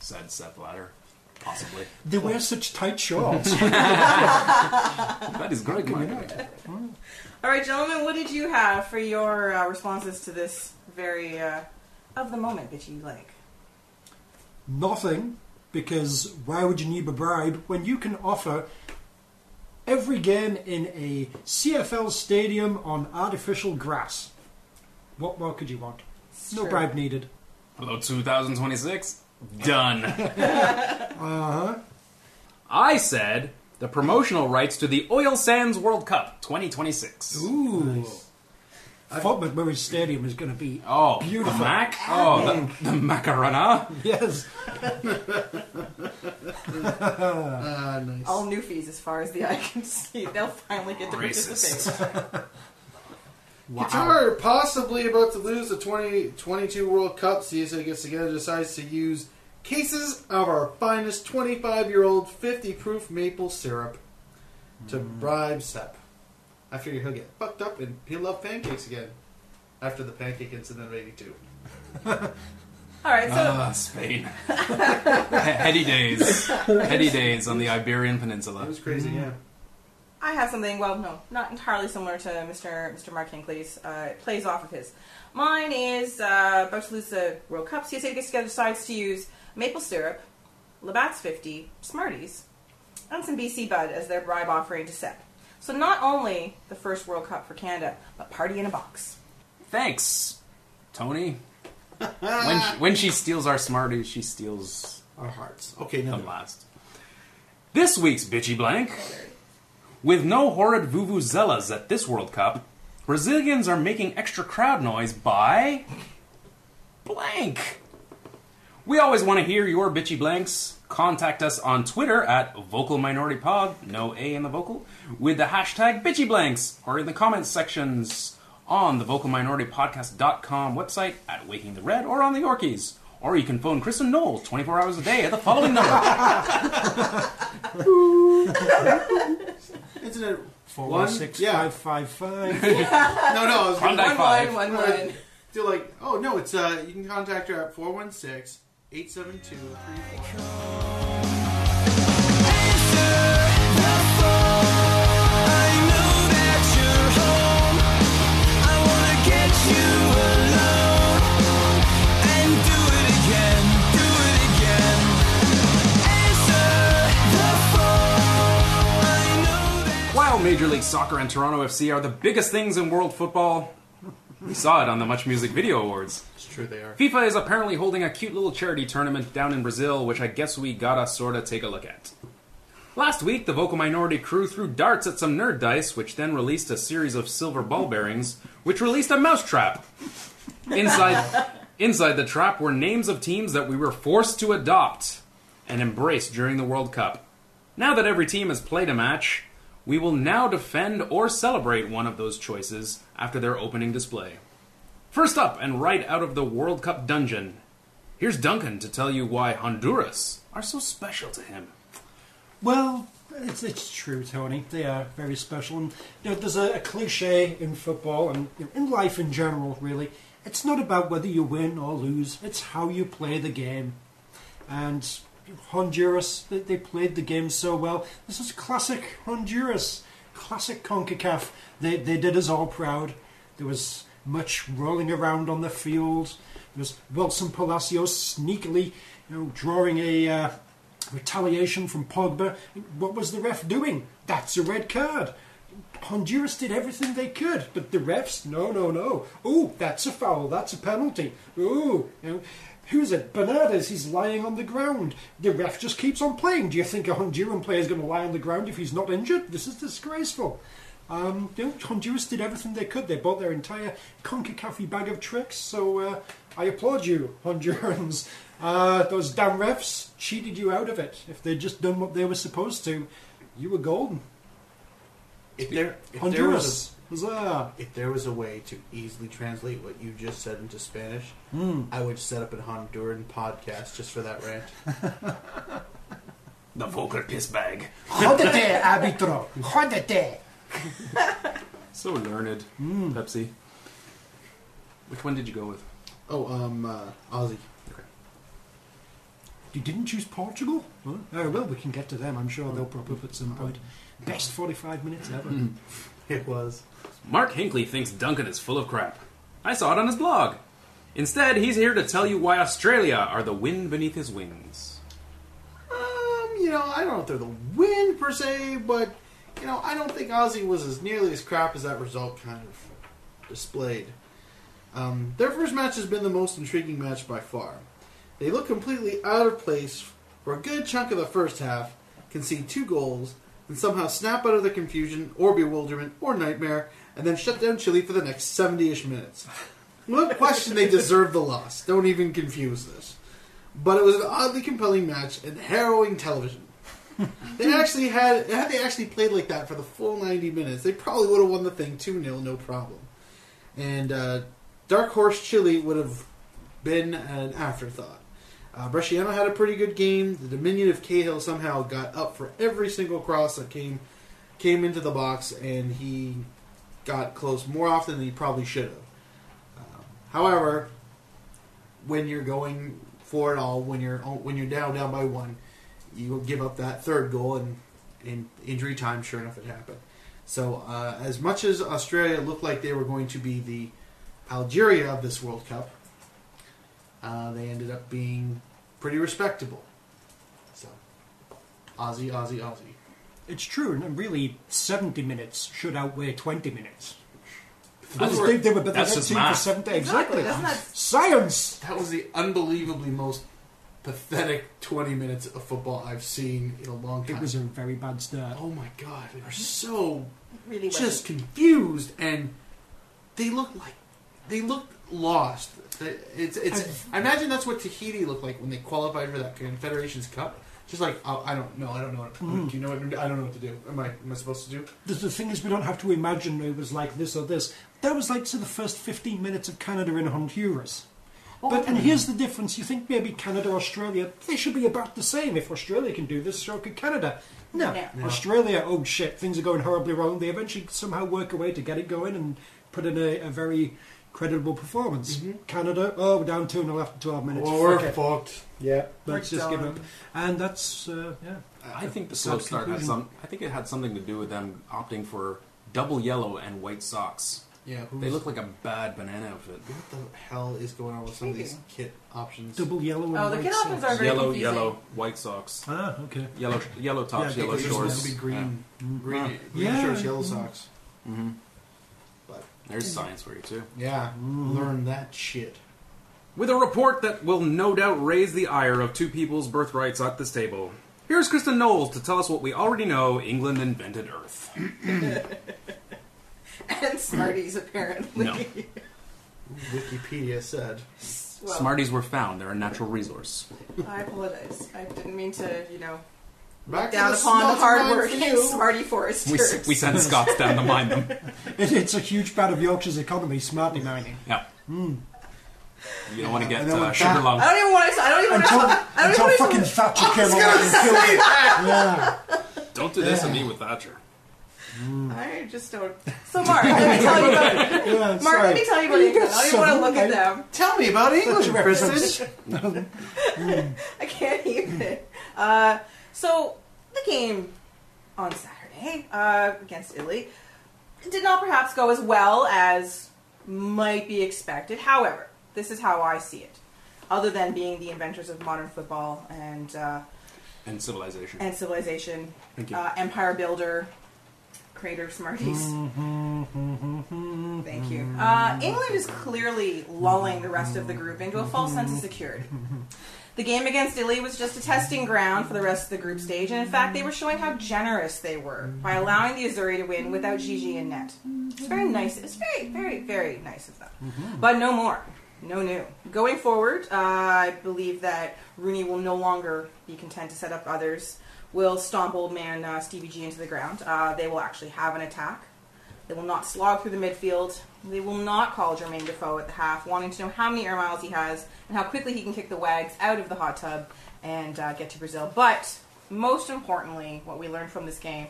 Speaker 1: Said Seth Ladder. Possibly.
Speaker 3: they wear such tight shorts.
Speaker 1: That is great, Mike.
Speaker 5: All right, gentlemen, what did you have for your uh, responses to this very uh, of the moment that you like?
Speaker 3: Nothing, because why would you need a bribe when you can offer every game in a CFL stadium on artificial grass? What more could you want? no
Speaker 5: true.
Speaker 3: bribe needed.
Speaker 1: Hello, 2026. Done. uh huh. Uh-huh. I said the promotional rights to the Oil Sands World Cup 2026.
Speaker 3: Ooh. Fort McMurray Stadium is going to be
Speaker 1: Oh,
Speaker 3: Beautiful.
Speaker 1: the Mac. Oh, the, the Macarena.
Speaker 3: yes.
Speaker 4: Ah, nice.
Speaker 5: All new fees, as far as the eye can see. They'll finally get to participate.
Speaker 1: Racist.
Speaker 4: Qatar possibly about to lose the 2022 World Cup. CSA gets together decides to use cases of our finest 25 year old 50 proof maple syrup to
Speaker 1: Hmm.
Speaker 4: bribe Sep. I figure he'll get fucked up and he'll love pancakes again after the pancake incident of 82.
Speaker 5: All right, so
Speaker 1: Ah, Spain. Heady days. Heady days on the Iberian
Speaker 4: That
Speaker 1: Peninsula.
Speaker 4: was crazy, yeah.
Speaker 5: I have something. Well, no, not entirely similar to Mr. Mr. Mark Hinckley's. Uh, it plays off of his. Mine is uh, about to lose the World Cup. CSA gets together, decides to use maple syrup, Labatt's 50, Smarties, and some BC Bud as their bribe offering to SEP. So not only the first World Cup for Canada, but party in a box.
Speaker 1: Thanks, Tony. When she, when she steals our Smarties, she steals
Speaker 4: Our hearts. Okay, now.
Speaker 1: come last. This week's bitchy blank. With no horrid vuvuzelas at this World Cup, Brazilians are making extra crowd noise by blank. We always want to hear your bitchy blanks. Contact us on Twitter at Vocal Minority Pod, no A in the vocal, with the hashtag bitchy blanks, or in the comments sections on the vocalminoritypodcast.com website at Waking the Red or on the Yorkies. Or you can phone Kristen Knowles 24 hours a day at the following number.
Speaker 4: Incident
Speaker 3: Four
Speaker 4: One?
Speaker 3: one six
Speaker 4: Yeah.
Speaker 3: five five five.
Speaker 4: No, no, I was
Speaker 1: Klondike
Speaker 5: one
Speaker 1: Five.
Speaker 5: one, one
Speaker 4: gonna
Speaker 5: one.
Speaker 4: do like, oh no, it's uh, you can contact her at 416 872
Speaker 1: While Major League Soccer and Toronto FC are the biggest things in world football, we saw it on the Much Music Video Awards.
Speaker 4: It's true, they are.
Speaker 1: FIFA is apparently holding a cute little charity tournament down in Brazil, which I guess we gotta sorta take a look at. Last week, the Vocal Minority crew threw darts at some nerd dice, which then released a series of silver ball bearings, which released a mousetrap. Inside, inside the trap were names of teams that we were forced to adopt and embrace during the World Cup. Now that every team has played a match, we will now defend or celebrate one of those choices after their opening display. First up, and right out of the World Cup dungeon, here's Duncan to tell you why Honduras are so special to him.
Speaker 3: Well, it's, it's true, Tony. They are very special. And you know, there's a, a cliche in football and you know, in life in general, really. It's not about whether you win or lose, it's how you play the game. And Honduras, they, they played the game so well. This is classic Honduras, classic CONCACAF. They, they did us all proud. There was much rolling around on the field. There was Wilson Palacios sneakily you know, drawing a. Uh, retaliation from Pogba. What was the ref doing? That's a red card. Honduras did everything they could, but the refs, no, no, no. Ooh, that's a foul. That's a penalty. Ooh, you know, who's it? Bernardes. He's lying on the ground. The ref just keeps on playing. Do you think a Honduran player is going to lie on the ground if he's not injured? This is disgraceful. Um, you know, Honduras did everything they could. They bought their entire Concacaf bag of tricks. So uh, I applaud you, Hondurans. Uh, those damn refs cheated you out of it. If they'd just done what they were supposed to, you were golden.
Speaker 4: If there, if there was
Speaker 3: Honduras, uh, huzzah!
Speaker 4: a, if there was a way to easily translate what you just said into Spanish, I would set up a Honduran podcast just for that rant.
Speaker 1: The Volker piss bag.
Speaker 3: Jódete, árbitro. Jódete.
Speaker 1: So learned, Pepsi. Which one did you go with?
Speaker 4: Oh, um, uh, Ozzy.
Speaker 3: You didn't choose Portugal? Huh? Oh, well, we can get to them. I'm sure they'll pop up at some point. Best 45 minutes ever.
Speaker 1: Hmm.
Speaker 4: It was.
Speaker 1: Mark Hinckley thinks Duncan is full of crap. I saw it on his blog. Instead, he's here to tell you why Australia are the wind beneath his wings.
Speaker 4: Um, you know, I don't know if they're the win per se, but you know, I don't think Ozzy was as nearly as crap as that result kind of displayed. Um, their first match has been the most intriguing match by far. They look completely out of place for a good chunk of the first half, concede two goals, and somehow snap out of their confusion or bewilderment or nightmare, and then shut down Chile for the next 70 ish minutes. No question they deserve the loss. Don't even confuse this. But it was an oddly compelling match and harrowing television. They actually had had they actually played like that for the full ninety minutes, they probably would have won the thing two 0 no problem. And uh, Dark Horse Chili would have been an afterthought. Uh, Bresciano had a pretty good game. The Dominion of Cahill somehow got up for every single cross that came came into the box, and he got close more often than he probably should have. Um, however, when you're going for it all, when you're oh, when you're down down by one, you give up that third goal, and in injury time, sure enough, it happened. So, uh, as much as Australia looked like they were going to be the Algeria of this World Cup, uh, they ended up being pretty respectable. So, Aussie, Aussie, Aussie.
Speaker 3: It's true, and really, 70 minutes should outweigh 20 minutes.
Speaker 1: That's-
Speaker 3: they, they were better
Speaker 1: that's
Speaker 3: than
Speaker 1: just
Speaker 3: team for
Speaker 1: math.
Speaker 3: 70.
Speaker 5: Exactly,
Speaker 3: Exactly.
Speaker 5: doesn't that-
Speaker 3: Science!
Speaker 4: That was the unbelievably most pathetic 20 minutes of football I've seen in a long time.
Speaker 3: It was Mhm. a very bad start.
Speaker 4: oh my god, they were so
Speaker 5: Really wasn't.
Speaker 4: just confused and they looked like they looked lost. It's, it's, I imagine that's what Tahiti looked like when they qualified for that Confederations Cup. Just like oh, I don't know, I don't know what to do. You know what I don't know what to do. Am I am I supposed to do?
Speaker 3: The, the thing is, we don't have to imagine it was like this or this. That was like to the first 15 minutes of Canada in Honduras. But and here's the difference. You think maybe Canada, Australia, they should be about the same. If Australia can do this, so could Canada. No,
Speaker 5: No.
Speaker 3: Australia. Oh shit, things are going horribly wrong. They eventually somehow work a way to get it going and put in a, a very credible performance. Canada, oh, we're down two and after 12 minutes.
Speaker 4: Mm-hmm. Well, we're
Speaker 3: Fuck it.
Speaker 4: fucked. Yeah.
Speaker 3: Let's just give up.
Speaker 5: done.
Speaker 3: And that's uh, yeah.
Speaker 1: I think the
Speaker 3: Sad
Speaker 1: slow start had
Speaker 3: conclusion.
Speaker 1: some. I think it had something to do with them opting for double yellow and white socks.
Speaker 4: Yeah. Who's,
Speaker 1: They look like a bad banana outfit.
Speaker 4: What the hell is going on with some of these kit options?
Speaker 3: Double yellow and
Speaker 5: Oh, the
Speaker 3: white
Speaker 5: kid
Speaker 3: socks.
Speaker 5: options are very
Speaker 1: Yellow,
Speaker 5: confusing.
Speaker 1: yellow, white socks,
Speaker 3: Ah, okay.
Speaker 1: yellow, yellow tops,
Speaker 3: Yeah,
Speaker 1: yellow
Speaker 4: They're supposed
Speaker 1: shorts.
Speaker 4: to be green, green, green
Speaker 3: Yeah.
Speaker 4: shorts, yellow socks. Mm-hmm.
Speaker 1: Yeah. There's science for you too.
Speaker 4: Yeah. Learn that shit.
Speaker 1: With a report that will no doubt raise the ire of two people's birthrights at this table. Here's Kristen Knowles to tell us what we already know: England invented Earth.
Speaker 5: and Smarties apparently.
Speaker 1: No.
Speaker 4: Wikipedia said.
Speaker 5: Well,
Speaker 1: Smarties were found; they're a natural resource.
Speaker 5: I apologize. I didn't mean to, you know,
Speaker 4: Back to
Speaker 5: down
Speaker 4: the
Speaker 5: upon the
Speaker 4: smelter
Speaker 5: hard
Speaker 4: mine
Speaker 5: work
Speaker 4: for
Speaker 5: and
Speaker 4: you.
Speaker 5: Smarty Foresters.
Speaker 1: We, s- we sent Scots down to mine them.
Speaker 3: It, it's a huge part of Yorkshire's economy, smartly mining.
Speaker 1: Yeah. You don't want to get
Speaker 3: And then
Speaker 1: uh,
Speaker 3: went
Speaker 1: sugar
Speaker 3: back.
Speaker 5: I
Speaker 1: lumps.
Speaker 5: don't Ah! even want to. I don't even
Speaker 3: Until,
Speaker 5: want to. I don't
Speaker 3: until
Speaker 5: even want
Speaker 3: fucking
Speaker 5: to.
Speaker 3: Thatcher came along and killed it. Yeah.
Speaker 1: Don't do this to me with Thatcher.
Speaker 5: I just don't. So Mark, let me tell you about.
Speaker 3: yeah
Speaker 5: Mark, let me tell you about England. I don't even want to look at them.
Speaker 4: Tell me about English
Speaker 3: represents-
Speaker 4: prison.
Speaker 5: I can't even. Uh, so the game on Saturday uh, against Italy did not perhaps go as well as might be expected. However, this is how I see it. Other than being the inventors of modern football and uh,
Speaker 1: And civilization.
Speaker 5: and civilization,
Speaker 1: Thank you.
Speaker 5: uh, empire builder, creator of Smarties. Thank you. Uh, England is clearly lulling the rest of the group into a false sense of security. The game against Italy was just a testing ground for the rest of the group stage, and in fact, they were showing how generous they were by allowing the Azzurri to win without Gigi and net. It's very nice. It's very, very, very nice of them. But no more. No new. Going forward, uh, I believe that Rooney will no longer be content to set up others. Will stomp old man uh, Stevie G into the ground. Uh, they will actually have an attack. They will not slog through the midfield. They will not call Jermaine Defoe at the half, wanting to know how many air miles he has and how quickly he can kick the Wags out of the hot tub and uh, get to Brazil. But most importantly, what we learned from this game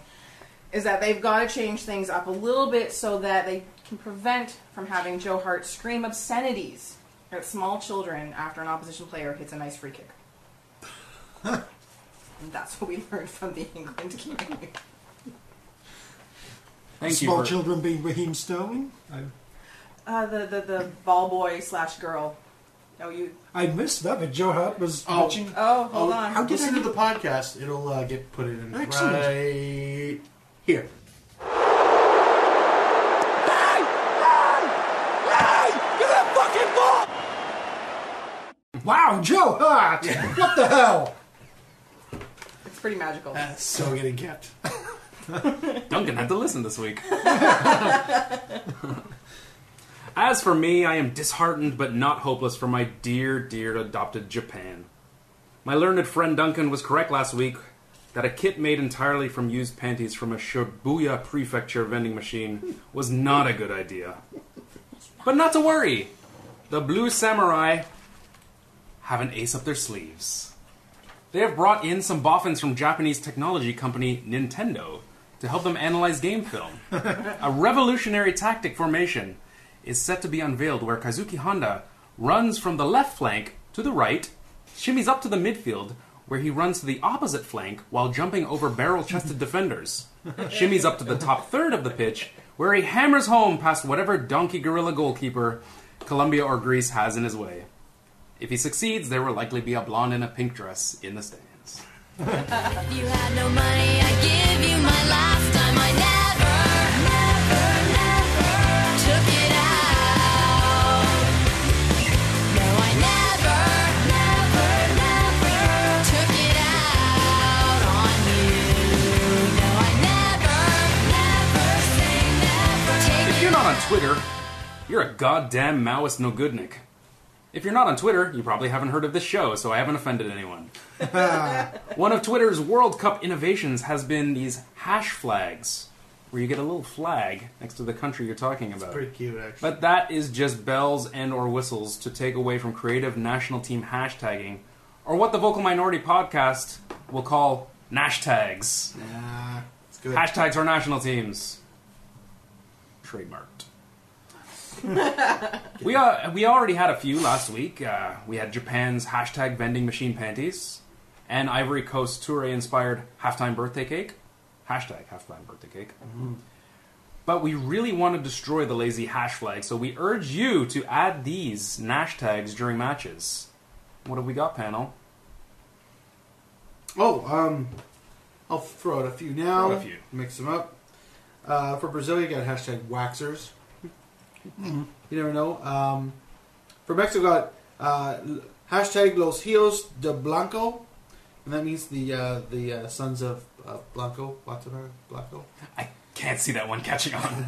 Speaker 5: is that they've got to change things up a little bit so that they can prevent from having Joe Hart scream obscenities at small children after an opposition player hits a nice free kick. and that's what we learned from the England game.
Speaker 1: Thank you.
Speaker 3: Small
Speaker 1: For,
Speaker 3: children being Raheem Sterling. I,
Speaker 5: Uh, the, the, the ball boy slash girl. Oh, you.
Speaker 3: I missed that, but Joe Hart was
Speaker 4: Oh.
Speaker 3: watching.
Speaker 5: Oh, hold
Speaker 4: Oh,
Speaker 5: on.
Speaker 4: How did listen to the podcast? It'll uh, get put in
Speaker 3: Excellent.
Speaker 4: right here.
Speaker 3: Wow, Joe Hart! What the hell?
Speaker 5: It's pretty magical.
Speaker 1: Uh,
Speaker 4: That's so getting kept.
Speaker 1: Duncan had to listen this week. As for me, I am disheartened but not hopeless for my dear, dear adopted Japan. My learned friend Duncan was correct last week that a kit made entirely from used panties from a Shibuya prefecture vending machine was not a good idea. But not to worry! The Blue Samurai have an ace up their sleeves they have brought in some boffins from Japanese technology company Nintendo to help them analyze game film. a revolutionary tactic formation is set to be unveiled where Kazuki Honda runs from the left flank to the right, shimmies up to the midfield, where he runs to the opposite flank while jumping over barrel chested defenders, shimmies up to the top third of the pitch, where he hammers home past whatever donkey gorilla goalkeeper Colombia or Greece has in his way. If he succeeds, there will likely be a blonde in a pink dress in the stands.
Speaker 7: If you had no money, I'd give you my last dime. I never, never, never took it out. No, I never, never, never took it out on you. No, I never, never say never. Take
Speaker 1: If you're not on Twitter, you're a goddamn Maoist no goodnik. If you're not on Twitter, you probably haven't heard of this show, so I haven't offended anyone. One of Twitter's World Cup innovations has been these hash flags, where you get a little flag next to the country you're talking about.
Speaker 4: Pretty cute, actually.
Speaker 1: But that is just bells and or whistles to take away from creative national team hashtagging, or what the Vocal Minority podcast will call nashtags.
Speaker 4: Nah, it's good.
Speaker 1: Hashtags for national teams. Trademarked. we uh, we already had a few last week. Uh, we had Japan's hashtag vending machine panties, and Ivory Coast Toure inspired halftime birthday cake. Hashtag halftime birthday cake. But we really want to destroy the lazy hash flag, so we urge you to add these nash tags during matches. What have we got, panel?
Speaker 4: Oh, um, I'll throw out a few now.
Speaker 1: Throw out a few.
Speaker 4: Mix them up. Uh, for Brazil, you got hashtag waxers.
Speaker 5: Mm-hmm.
Speaker 4: You never know. Um, for Mexico, got uh, l- hashtag los hijos de blanco, and that means the uh, the uh, sons of uh, blanco, Guatemala, blanco.
Speaker 1: I can't see that one catching on.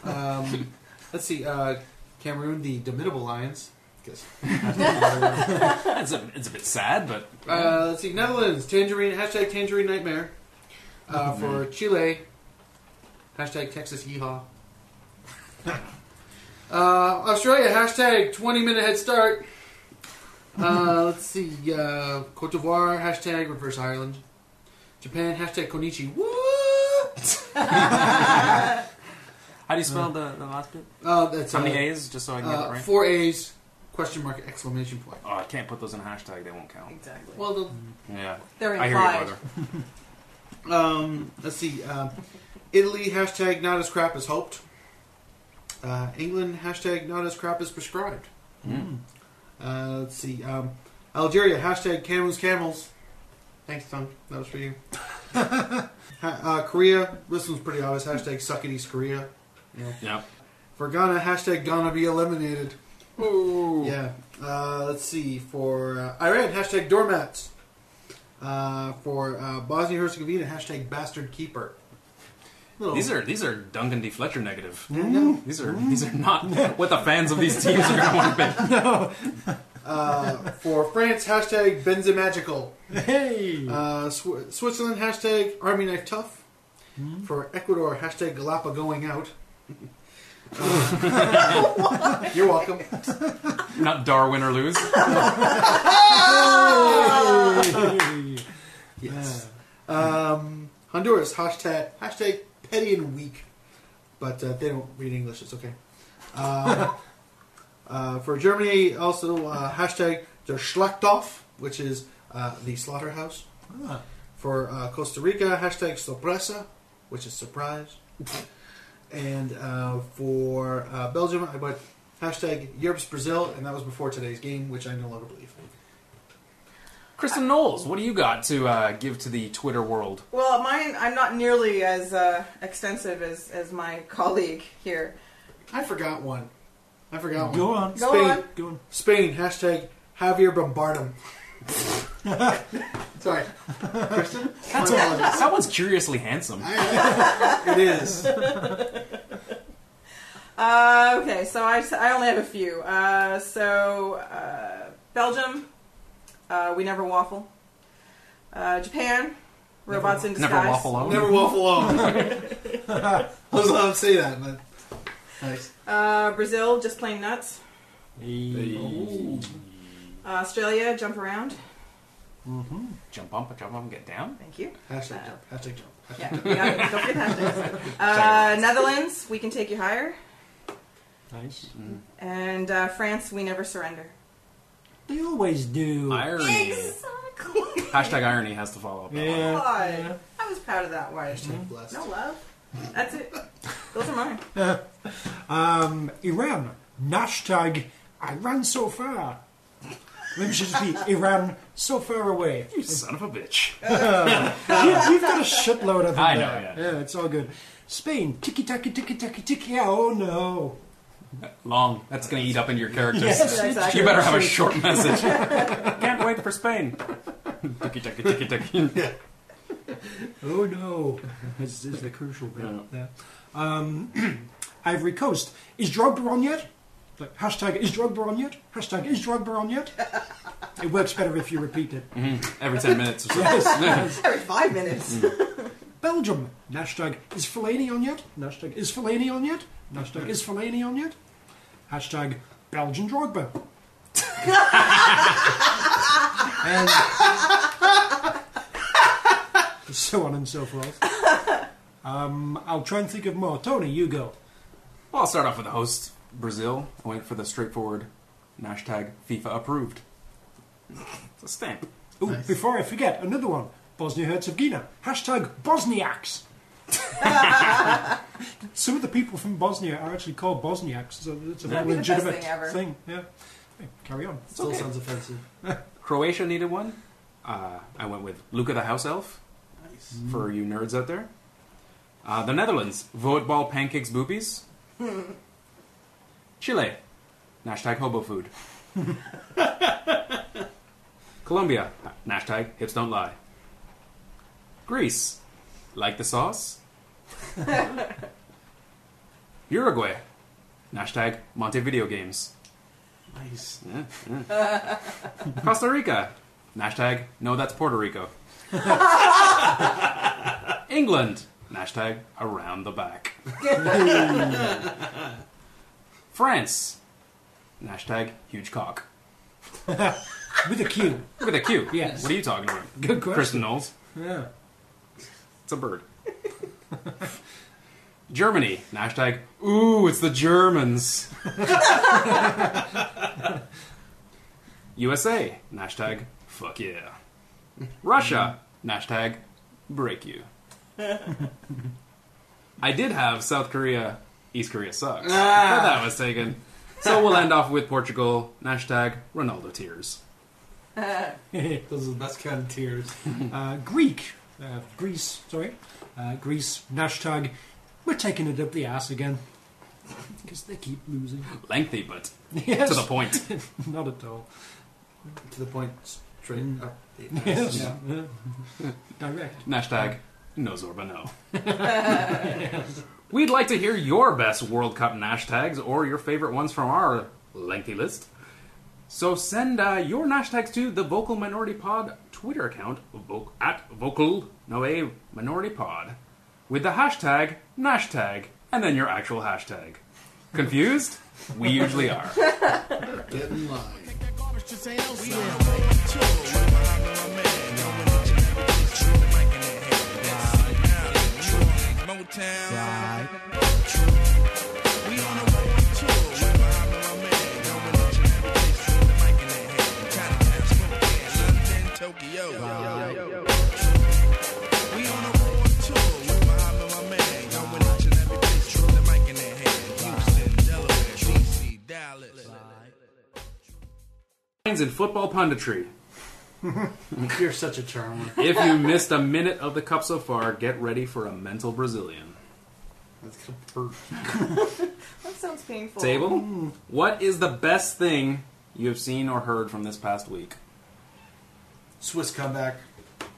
Speaker 4: No. um, let's see. Uh, Cameroon, the Domitable Lions. Guess.
Speaker 1: it's, a, it's a bit sad, but
Speaker 4: Uh, let's see. Netherlands, tangerine hashtag tangerine nightmare. Uh, for Chile, hashtag Texas yeehaw. Uh, Australia, hashtag 20 minute head start. Uh, let's see. Uh, Cote d'Ivoire, hashtag reverse Ireland. Japan, hashtag Konichi. What?
Speaker 8: How do you spell the, the last bit?
Speaker 4: Uh, that's
Speaker 8: How many
Speaker 4: uh,
Speaker 8: A's, just so I can get it
Speaker 4: uh,
Speaker 8: right?
Speaker 4: Four A's, question mark, exclamation point.
Speaker 1: Oh, I can't put those in a hashtag. They won't count.
Speaker 5: Exactly.
Speaker 4: Well, the
Speaker 1: Yeah.
Speaker 5: They're
Speaker 1: I hear you,
Speaker 5: implied.
Speaker 1: brother.
Speaker 4: Um, let's see. Um, Italy hashtag not as crap as hoped. Uh, England hashtag not as crap as prescribed. Uh, let's see. Um, Algeria hashtag Cameron's camels. Thanks, Tom. That was for you. Ha- uh, Korea. This one's pretty obvious. Hashtag suck it, East Korea.
Speaker 1: Yep.
Speaker 4: For Ghana, hashtag Ghana be eliminated.
Speaker 1: Ooh.
Speaker 4: Yeah. Uh, let's see. For uh, Iran, hashtag doormats. Uh, for uh, Bosnia Herzegovina, hashtag bastard keeper. Little-
Speaker 1: These are these are Duncan D. Fletcher negative.
Speaker 4: Yeah, no.
Speaker 1: These are these are not what the fans of these teams are gonna want to
Speaker 4: Uh, for France, hashtag Benzemagical. Magical.
Speaker 3: Hey!
Speaker 4: Uh, Sw- Switzerland, hashtag Army Knife Tough. For Ecuador, hashtag Galapa going out. Uh, you're welcome.
Speaker 1: be. Not Darwin or lose.
Speaker 4: Yes. Um, Honduras hashtag hashtag petty and weak, but uh, they don't read English. It's okay. Uh, uh, for Germany, also uh, hashtag der Schlachthof, which is uh, the slaughterhouse. For uh, Costa Rica, hashtag sorpresa, which is surprise. and uh, for uh, Belgium, I put hashtag Europe's Brazil, and that was before today's game, which I no longer believe.
Speaker 1: Kristen Knowles, what do you got to uh, give to the Twitter world?
Speaker 5: Well, mine, I'm not nearly as uh, extensive as, as my colleague here.
Speaker 4: I forgot one. I forgot one.
Speaker 3: Go on.
Speaker 5: Go
Speaker 4: Spain.
Speaker 5: on.
Speaker 3: Go on.
Speaker 4: Spain, hashtag Javier Bombardum. Sorry. Kristen? My apologies.
Speaker 1: That one's curiously handsome.
Speaker 4: It is.
Speaker 5: Uh, okay, so I, I only have a few. Uh, so, uh, Belgium, uh, we never waffle. Uh, Japan, robots in disguise.
Speaker 1: Never waffle out.
Speaker 4: Never waffle alone. I was allowed to say that, but. Nice.
Speaker 5: Uh, Brazil, just plain nuts.
Speaker 4: Ooh.
Speaker 5: Uh, Australia, jump around.
Speaker 1: Jump up, jump up, and get down.
Speaker 5: Thank you.
Speaker 4: Hashtag jump. Hashtag jump. Hashtag
Speaker 5: Yeah, we don't, don't forget hashtags. Uh, Netherlands, we can take you higher.
Speaker 3: Nice.
Speaker 5: And uh, France, we never surrender.
Speaker 3: They always do.
Speaker 1: Irony.
Speaker 5: Exactly.
Speaker 1: Hashtag irony has to follow up. that one.
Speaker 3: Yeah.
Speaker 5: Oh, I was proud of that one.
Speaker 4: jump. Blessed.
Speaker 5: No love. That's it. Those are mine.
Speaker 3: Um, Iran. Hashtag I ran so far. Maybe it should just be Iran so far away.
Speaker 1: You son of a bitch.
Speaker 3: you, have got a shitload of them.
Speaker 1: I know,
Speaker 3: there.
Speaker 1: yeah.
Speaker 3: it's all good. Spain, tiki taki tiki taki tiki. Oh no.
Speaker 1: Long. That's gonna eat up into your characters.
Speaker 5: Yeah, exactly.
Speaker 1: You better have a short message. Can't wait for Spain. Ticky, ticky, ticky, ticky.
Speaker 3: Oh no. This is the crucial bit there. Um, Ivory Coast. Is Drogba on yet? Like, hashtag is Drogba on yet? Hashtag is Drogba on yet? It works better if you repeat it.
Speaker 1: Every ten minutes or so.
Speaker 5: Every five minutes.
Speaker 3: Belgium. Hashtag is Fellaini on yet? Hashtag is Fellaini on yet? Hashtag is Fellaini on yet? Hashtag Belgian Drogba. and so on and so forth. Um, I'll try and think of more. Tony, you go.
Speaker 1: Well, I'll start off with the host, Brazil. I went for the straightforward hashtag FIFA approved. It's a stamp.
Speaker 3: Ooh, Before I forget, another one. Bosnia Herzegovina. Hashtag Bosniaks. Some of the people from Bosnia are actually called Bosniaks, so it's a
Speaker 5: That'd
Speaker 3: very
Speaker 5: be the best
Speaker 3: legitimate
Speaker 5: thing ever.
Speaker 3: Yeah. Hey, carry on.
Speaker 4: Still sounds offensive.
Speaker 1: Croatia needed one. Uh, I went with Luca the House Elf. Nice. For you nerds out there. Uh, the Netherlands, Voetbal Pancakes Boobies. Chile, hashtag hobo food. Colombia, hashtag hips don't lie. Greece, like the sauce. Uruguay, hashtag Montevideo games.
Speaker 4: Nice.
Speaker 1: Costa Rica. Hashtag, no, that's Puerto Rico. England. Hashtag, around the back. France. And hashtag huge cock.
Speaker 3: With a Q.
Speaker 1: Look at that Q.
Speaker 3: Yes.
Speaker 1: What are you talking about?
Speaker 3: Good question.
Speaker 1: Kristen Knowles.
Speaker 3: Yeah.
Speaker 1: It's a bird. Germany. Hashtag, ooh, it's the Germans. USA. Hashtag, fuck yeah. Russia. Hashtag, break you. I did have South Korea, East Korea sucks. But that was taken. So we'll end off with Portugal. Hashtag, Ronaldo tears.
Speaker 3: Those are the best kind of tears. uh, Greek. Uh, Greece, sorry. Uh, Greece, hashtag, we're taking it up the ass again. Because they keep losing.
Speaker 1: Lengthy, but
Speaker 3: Yes.
Speaker 1: to the point.
Speaker 3: Not at all.
Speaker 4: To the point, straight up.
Speaker 3: Yes. Yeah. Direct.
Speaker 1: Hashtag no Zorba no. We'd like to hear your best World Cup Nash tags or your favorite ones from our lengthy list. So send uh, your Nash tags to the Vocal Minority Pod Twitter account vo- at Vocal No A Minority Pod with the hashtag Nash tag and then your actual hashtag. Confused? We usually are.
Speaker 4: Get in line.
Speaker 2: Tokyo. We on a road tour with Muhammad, my man. Going each and every place, true, the mic in their hand. Houston, Delaware, DC, Dallas.
Speaker 1: Lines in football punditry.
Speaker 4: You're such a charmer.
Speaker 1: If you missed a minute of the cup so far, get ready for a mental Brazilian.
Speaker 4: That's gonna hurt.
Speaker 5: That sounds painful.
Speaker 1: Table,
Speaker 4: Hmm.
Speaker 1: what is the best thing you have seen or heard from this past week?
Speaker 4: Swiss comeback.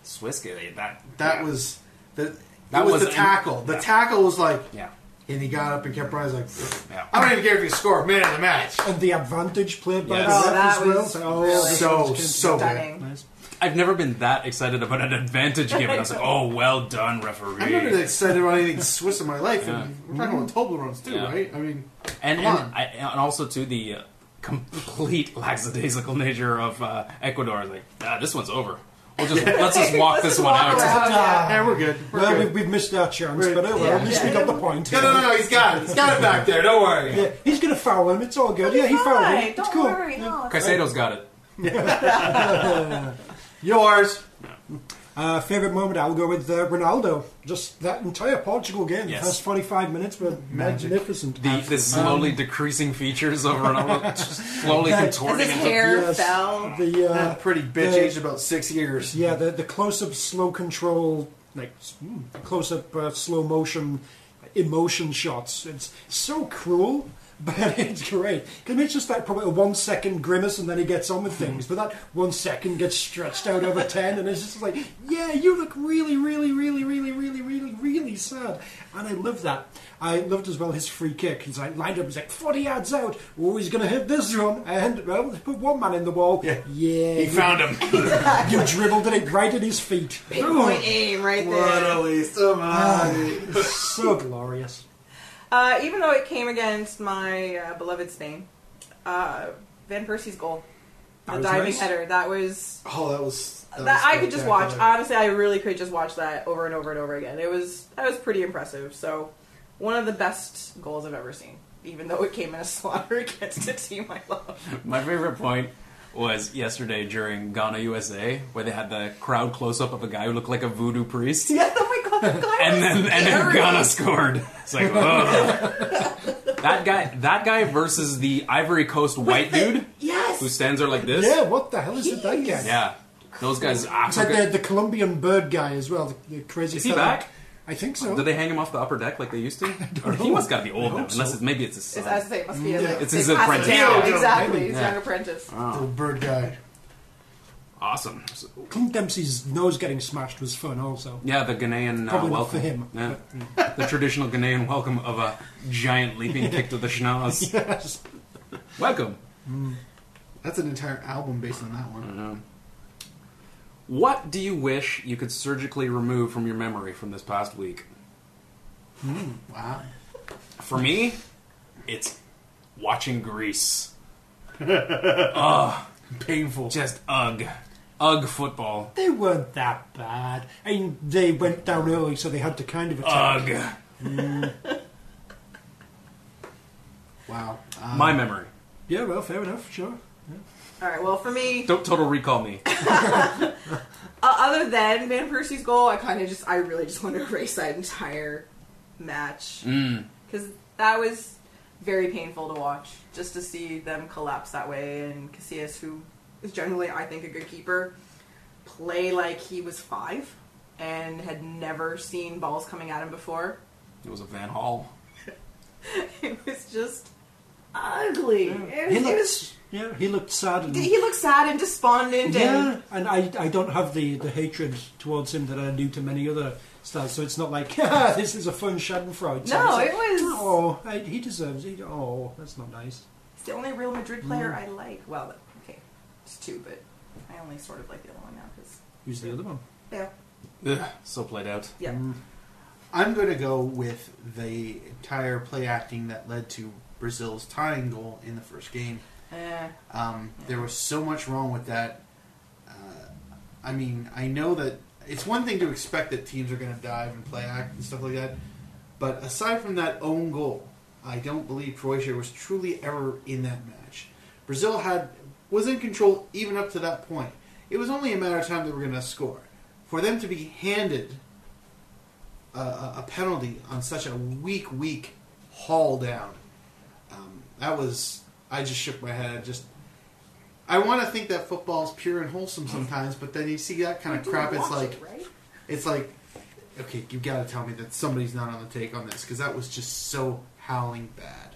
Speaker 1: Swiss game, that
Speaker 4: That was the.
Speaker 1: That
Speaker 4: That was,
Speaker 1: was
Speaker 4: the
Speaker 1: an-
Speaker 4: tackle. The
Speaker 1: yeah.
Speaker 4: tackle was like,
Speaker 1: yeah,
Speaker 4: and he got up and kept running. He's like,
Speaker 1: yeah.
Speaker 4: I don't even care if you score, man of the match.
Speaker 3: And the advantage played by
Speaker 1: Yes.
Speaker 5: Oh,
Speaker 3: the ref
Speaker 5: that
Speaker 3: as well.
Speaker 5: was
Speaker 3: So-
Speaker 5: really
Speaker 4: So, so good.
Speaker 5: stunning.
Speaker 3: Nice.
Speaker 1: I've never been that excited about an advantage given. I was like, oh, well done,
Speaker 4: I've never been
Speaker 1: referee.
Speaker 4: excited about anything Swiss in my life,
Speaker 1: Yeah.
Speaker 4: and we're talking about Toblerones too,
Speaker 1: Yeah.
Speaker 4: right? I mean,
Speaker 1: And and,
Speaker 4: Come on.
Speaker 1: I, and also to the uh, complete lackadaisical nature of uh, Ecuador. Like, ah, this one's over. We'll just let's just walk
Speaker 5: Let's
Speaker 1: this one
Speaker 5: walk
Speaker 1: out.
Speaker 5: around, Oh, yeah.
Speaker 4: yeah, we're good. We're
Speaker 3: Well,
Speaker 4: good.
Speaker 3: we've, we've missed our chance,
Speaker 4: We're-
Speaker 3: but oh well,
Speaker 5: yeah.
Speaker 3: at least we
Speaker 5: Yeah.
Speaker 3: got the point.
Speaker 4: No, no, no, he's got it. He's got it back there. Don't worry.
Speaker 3: Yeah, he's going to foul him. It's all good. Yeah, he fouled
Speaker 5: Hi,
Speaker 3: him. It's
Speaker 5: don't
Speaker 3: cool.
Speaker 5: worry. No, it's-
Speaker 1: Caicedo's got it.
Speaker 4: Yours.
Speaker 3: Uh, favorite moment, I'll go with uh, Ronaldo. Just that entire Portugal game,
Speaker 1: Yes.
Speaker 3: the first 45 minutes were magnificent.
Speaker 1: The, the slowly decreasing features of Ronaldo, just slowly
Speaker 3: That-
Speaker 5: As
Speaker 1: contorting
Speaker 5: his
Speaker 1: into
Speaker 5: hair
Speaker 3: Yes.
Speaker 5: fell.
Speaker 3: The, uh,
Speaker 4: That pretty bitch
Speaker 3: the-
Speaker 4: aged about six years.
Speaker 3: Yeah, the, the close up, slow control, like close up, uh, slow motion, emotion shots. It's so cruel, but it's great. 'Cause it's just like probably a one second grimace and then he gets on with
Speaker 4: Hmm.
Speaker 3: things. But that one second gets stretched out over ten, and it's just like, yeah, you look really, really, really, really, really, really, really sad. And I love that. I loved as well his free kick. He's like lined up, he's like 40 yards out. Oh, he's going to hit this one. And, well, they put one man in the wall.
Speaker 4: Yeah.
Speaker 3: yeah
Speaker 4: He found him.
Speaker 3: you dribbled it right at his feet.
Speaker 5: Point aim right
Speaker 4: what
Speaker 5: there.
Speaker 4: a waste
Speaker 5: oh,
Speaker 4: of money.
Speaker 3: Oh, so glorious.
Speaker 5: Uh, even though it came against my uh, beloved Spain, uh, Van Persie's goal,
Speaker 3: That
Speaker 5: the
Speaker 3: was
Speaker 5: diving
Speaker 3: nice.
Speaker 5: header, that was
Speaker 4: Oh, that was. That
Speaker 5: that
Speaker 4: was
Speaker 5: I could just watch.
Speaker 4: spectacular.
Speaker 5: Honestly, I really could just watch that over and over and over again. It was that was pretty impressive. So, one of the best goals I've ever seen. Even though it came in a slaughter against a team I love.
Speaker 1: My favorite point was yesterday during Ghana USA, where they had the crowd close up of a guy who looked like a voodoo priest,
Speaker 5: Yeah, oh my god, that guy
Speaker 1: and
Speaker 5: was
Speaker 1: then and then
Speaker 5: scary.
Speaker 1: Ghana scored. It's like ugh. that guy, that guy versus the Ivory Coast white dude
Speaker 5: Yes.
Speaker 1: who stands there like this.
Speaker 3: Yeah, what the hell is it that guy?
Speaker 1: Yeah. those guys. ah,
Speaker 3: It's like the,
Speaker 1: Africa.
Speaker 3: the Colombian bird guy as well, the, the crazy
Speaker 1: Is he
Speaker 3: fella.
Speaker 1: back?
Speaker 3: I think so.
Speaker 1: Did they hang him off the upper deck like they used to? Or he must got to be old now,
Speaker 3: hope
Speaker 1: unless
Speaker 3: so.
Speaker 1: it's, maybe it's his
Speaker 5: It's,
Speaker 1: son.
Speaker 5: as I say, it must be a,
Speaker 1: It's his
Speaker 5: it has to
Speaker 1: apprentice.
Speaker 5: be-
Speaker 4: Yeah.
Speaker 5: exactly, his
Speaker 1: Yeah.
Speaker 5: young apprentice.
Speaker 3: Ah.
Speaker 4: Little bird guy.
Speaker 1: awesome. So-
Speaker 3: Clint Dempsey's nose getting smashed was fun also.
Speaker 1: yeah, the Ghanaian uh,
Speaker 3: Probably not
Speaker 1: welcome.
Speaker 3: for him.
Speaker 1: Yeah. the traditional Ghanaian welcome of a giant leaping kick to the schnoz.
Speaker 3: Yes.
Speaker 1: Welcome.
Speaker 4: That's an entire album based on that one.
Speaker 1: Mm-hmm. What do you wish you could surgically remove from your memory from this past week?
Speaker 3: Hmm,
Speaker 4: Wow.
Speaker 1: For me, it's watching Greece.
Speaker 4: Painful.
Speaker 1: Just ugh. Ugh football.
Speaker 3: They weren't that bad. I mean, they went down early, so they had to kind of attack.
Speaker 1: Ugh.
Speaker 4: Wow. Um,
Speaker 1: My memory.
Speaker 3: Yeah, well, fair enough, sure.
Speaker 5: All right. Well, for me,
Speaker 1: Don't total recall me.
Speaker 5: uh, other than Van Persie's goal, I kind of just, I really just want to erase that entire match
Speaker 1: Mm.
Speaker 5: because that was very painful to watch. Just to see them collapse that way, and Casillas, who is generally, I think, a good keeper, play like he was five and had never seen balls coming at him before.
Speaker 1: It was a Van Hall.
Speaker 5: It was just ugly. It,
Speaker 3: He
Speaker 5: was- it was
Speaker 3: looked, yeah, he looked sad. And,
Speaker 5: he looked sad and despondent
Speaker 3: yeah, and I, I don't have the, the hatred towards him that I do to many other stars, so it's not like, "Ha, this is a fun Schadenfreude. So it's
Speaker 5: No,
Speaker 3: like,
Speaker 5: it was-
Speaker 3: Oh, I, he deserves it. Oh, that's not nice.
Speaker 5: it's the only real Madrid player I like. Well, okay, it's two, but I only sort of like the other one now because
Speaker 3: Who's the other one?
Speaker 5: yeah,
Speaker 1: Ugh, so played out.
Speaker 5: yeah.
Speaker 4: I'm going to go with the entire play acting that led to Brazil's tying goal in the first game.
Speaker 5: Eh,
Speaker 4: Um, There was so much wrong with that. Uh, I mean, I know that it's one thing to expect that teams are going to dive and play act and stuff like that, but aside from that own goal, I don't believe Croatia was truly ever in that match. Brazil had was in control even up to that point. It was only a matter of time they were going to score. For them to be handed a, a a penalty on such a weak, weak haul down, um, that was. I just shook my head. I just. I want to think that football is pure and wholesome sometimes, but then you see that kind of crap. It's
Speaker 5: Watch
Speaker 4: like,
Speaker 5: it, right?
Speaker 4: it's like, okay, you got to tell me that somebody's not on the take on this because that was just so howling bad.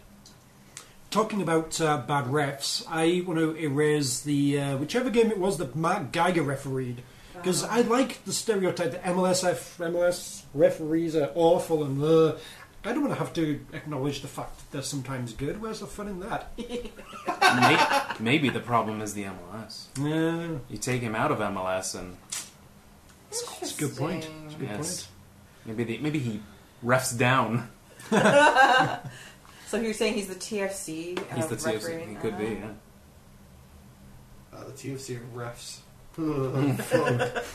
Speaker 3: Talking about uh, bad refs, I want to erase the uh, whichever game it was that Mark Geiger refereed because
Speaker 5: Uh-huh.
Speaker 3: I like the stereotype that MLSF MLS referees are awful and uh, I don't want to have to acknowledge the fact that they're sometimes good. Where's the fun in that?
Speaker 1: May- maybe the problem is the MLS.
Speaker 3: Yeah,
Speaker 1: You take him out of MLS and
Speaker 3: it's a good point. It's a good
Speaker 1: yes, maybe the, maybe he refs down.
Speaker 5: So you're saying he's the TFC?
Speaker 1: He's
Speaker 5: of
Speaker 1: the TFC.
Speaker 5: refereeing?
Speaker 1: He could be.
Speaker 5: Uh,
Speaker 1: Yeah.
Speaker 4: Uh, the TFC are refs.
Speaker 5: But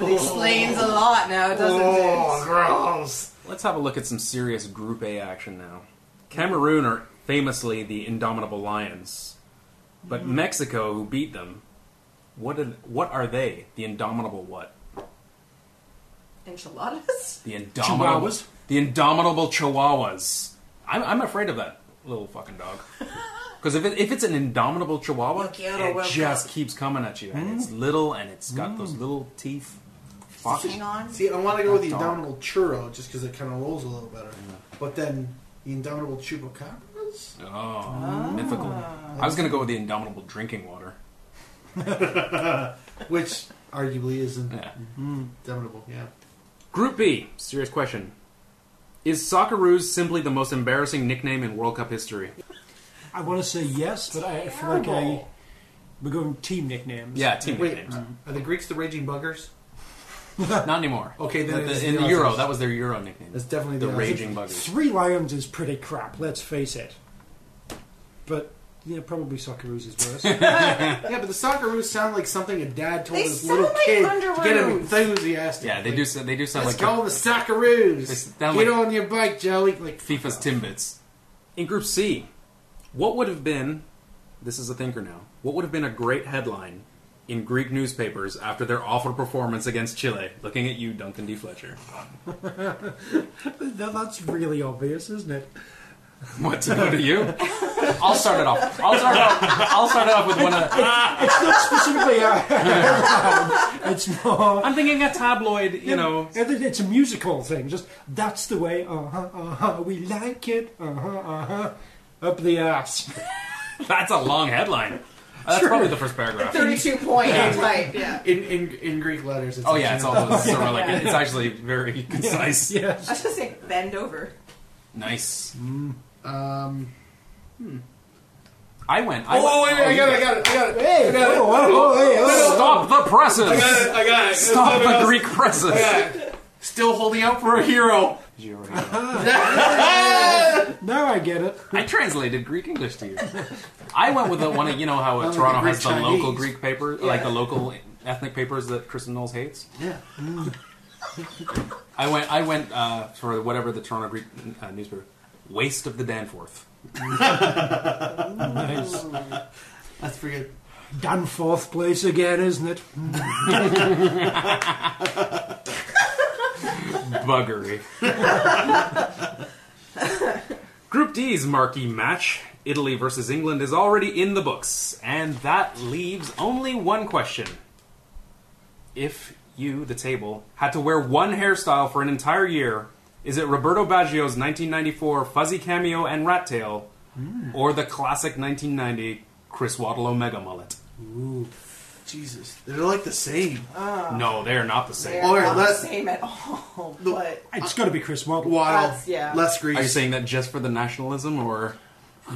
Speaker 5: it explains a lot now, doesn't
Speaker 4: oh,
Speaker 5: it?
Speaker 4: gross!
Speaker 1: Let's have a look at some serious Group A action now. Cameroon are famously the indomitable lions, but
Speaker 5: Mm-hmm.
Speaker 1: Mexico, who beat them, what are, what are they? The indomitable what?
Speaker 5: Enchiladas?
Speaker 1: The indomitable
Speaker 3: Chihuahuas?
Speaker 1: The indomitable Chihuahuas. I'm, I'm afraid of that little fucking dog. Because if, it, if it's an indomitable Chihuahua,
Speaker 5: Look out,
Speaker 1: it
Speaker 5: Wilco.
Speaker 1: just keeps coming at you, and it's little and it's got those little teeth. Fuck.
Speaker 5: Hang on.
Speaker 4: See, I want to go with the
Speaker 1: Dog.
Speaker 4: Indomitable Churro just because it kind of rolls a little better. But then the Indomitable Chupacabras?
Speaker 1: Oh, mythical. I was gonna go with the indomitable drinking water.
Speaker 4: Which arguably isn't
Speaker 1: Yeah.
Speaker 4: Indomitable, yeah.
Speaker 1: Group B. Serious question. Is Socceroos simply the most embarrassing nickname in World Cup history?
Speaker 3: point. I want to say yes, but I feel like I, we're going team nicknames.
Speaker 1: Yeah, team
Speaker 4: Wait,
Speaker 1: nicknames.
Speaker 4: are the Greeks the Raging Buggers?
Speaker 1: Not anymore.
Speaker 4: Okay, then
Speaker 1: The- the-
Speaker 4: it's
Speaker 1: in
Speaker 4: the
Speaker 1: the Euro,
Speaker 4: Aussies.
Speaker 1: that was their Euro nickname.
Speaker 4: That's definitely
Speaker 1: the
Speaker 4: the Aussies.
Speaker 1: Raging Buggers.
Speaker 3: Three Lions is pretty crap. Let's face it. But yeah, probably Socceroos is worse.
Speaker 4: Yeah, but the Socceroos sound like something a dad told
Speaker 5: They
Speaker 4: his
Speaker 5: sound
Speaker 4: little
Speaker 5: like
Speaker 4: kid to
Speaker 5: Underoos.
Speaker 4: get him enthusiastic.
Speaker 1: Yeah, they
Speaker 4: Like,
Speaker 1: do. s- They do sound
Speaker 4: Let's
Speaker 1: like
Speaker 4: call the Socceroos.
Speaker 1: They
Speaker 4: Get
Speaker 1: sound like-
Speaker 4: on your bike, Joey. Like
Speaker 1: FIFA's Timbits. In Group C, what would have been? This is a thinker now. What would have been a great headline in Greek newspapers after their awful performance against Chile? Looking at you, Duncan D. Fletcher.
Speaker 3: Now that's really obvious, isn't it?
Speaker 1: What to go to you? I'll start it off. I'll start it off. I'll start it off with one of.
Speaker 3: It's not specifically a headline. It's more.
Speaker 1: I'm thinking a tabloid, you know.
Speaker 3: It- it- it's a musical thing. Just that's the way. Uh huh. Uh huh. We like it. Uh huh. Uh huh. Up the ass.
Speaker 1: That's a long headline. Uh, That's
Speaker 3: Sure.
Speaker 1: probably the first paragraph.
Speaker 5: 32 point type, yeah.
Speaker 4: in, in, in Greek letters. It's
Speaker 1: Oh yeah, it's all those sort of like
Speaker 5: Yeah.
Speaker 1: it's actually very concise.
Speaker 5: I
Speaker 3: Yes.
Speaker 5: was just saying, bend over.
Speaker 1: Nice.
Speaker 4: Mm. Um,
Speaker 1: I went. I
Speaker 4: oh
Speaker 1: went-
Speaker 4: wait, I got it! I got it! I got it!
Speaker 3: Hey. Whoa, whoa, whoa, hey, whoa.
Speaker 1: Stop the
Speaker 4: I
Speaker 1: presses!
Speaker 4: got it! I got it!
Speaker 1: Stop the Greek presses!
Speaker 4: Still holding out for a hero.
Speaker 1: You're right.
Speaker 3: Now I get it.
Speaker 1: I translated Greek English to you. I went with the one, of- you know how uh, Toronto
Speaker 4: Greek
Speaker 1: has the
Speaker 4: Chinese.
Speaker 1: local Greek paper, like the local ethnic papers that Kristen Knowles hates.
Speaker 4: Yeah.
Speaker 1: I went, I went uh, for whatever the Toronto Greek uh, newspaper. Waste of the Danforth.
Speaker 3: Nice.
Speaker 4: That's pretty good.
Speaker 3: Danforth place again, isn't it?
Speaker 1: Buggery. Group D's marquee match, Italy versus England, is already in the books, and that leaves only one question. If you, the table, had to wear one hairstyle for an entire year, is it Roberto Baggio's 1994 fuzzy cameo and rat tail, or the classic 1990 Chris Waddle Omega mullet?
Speaker 4: Jesus, they're like the same.
Speaker 5: Uh,
Speaker 1: no, they are not the same.
Speaker 5: They're
Speaker 4: Or
Speaker 5: not the
Speaker 4: let-
Speaker 5: same at all. But
Speaker 3: It's got to be Chris Waddle.
Speaker 4: Wild,
Speaker 5: That's- yeah.
Speaker 4: less grease.
Speaker 1: Are you saying that just for the nationalism, or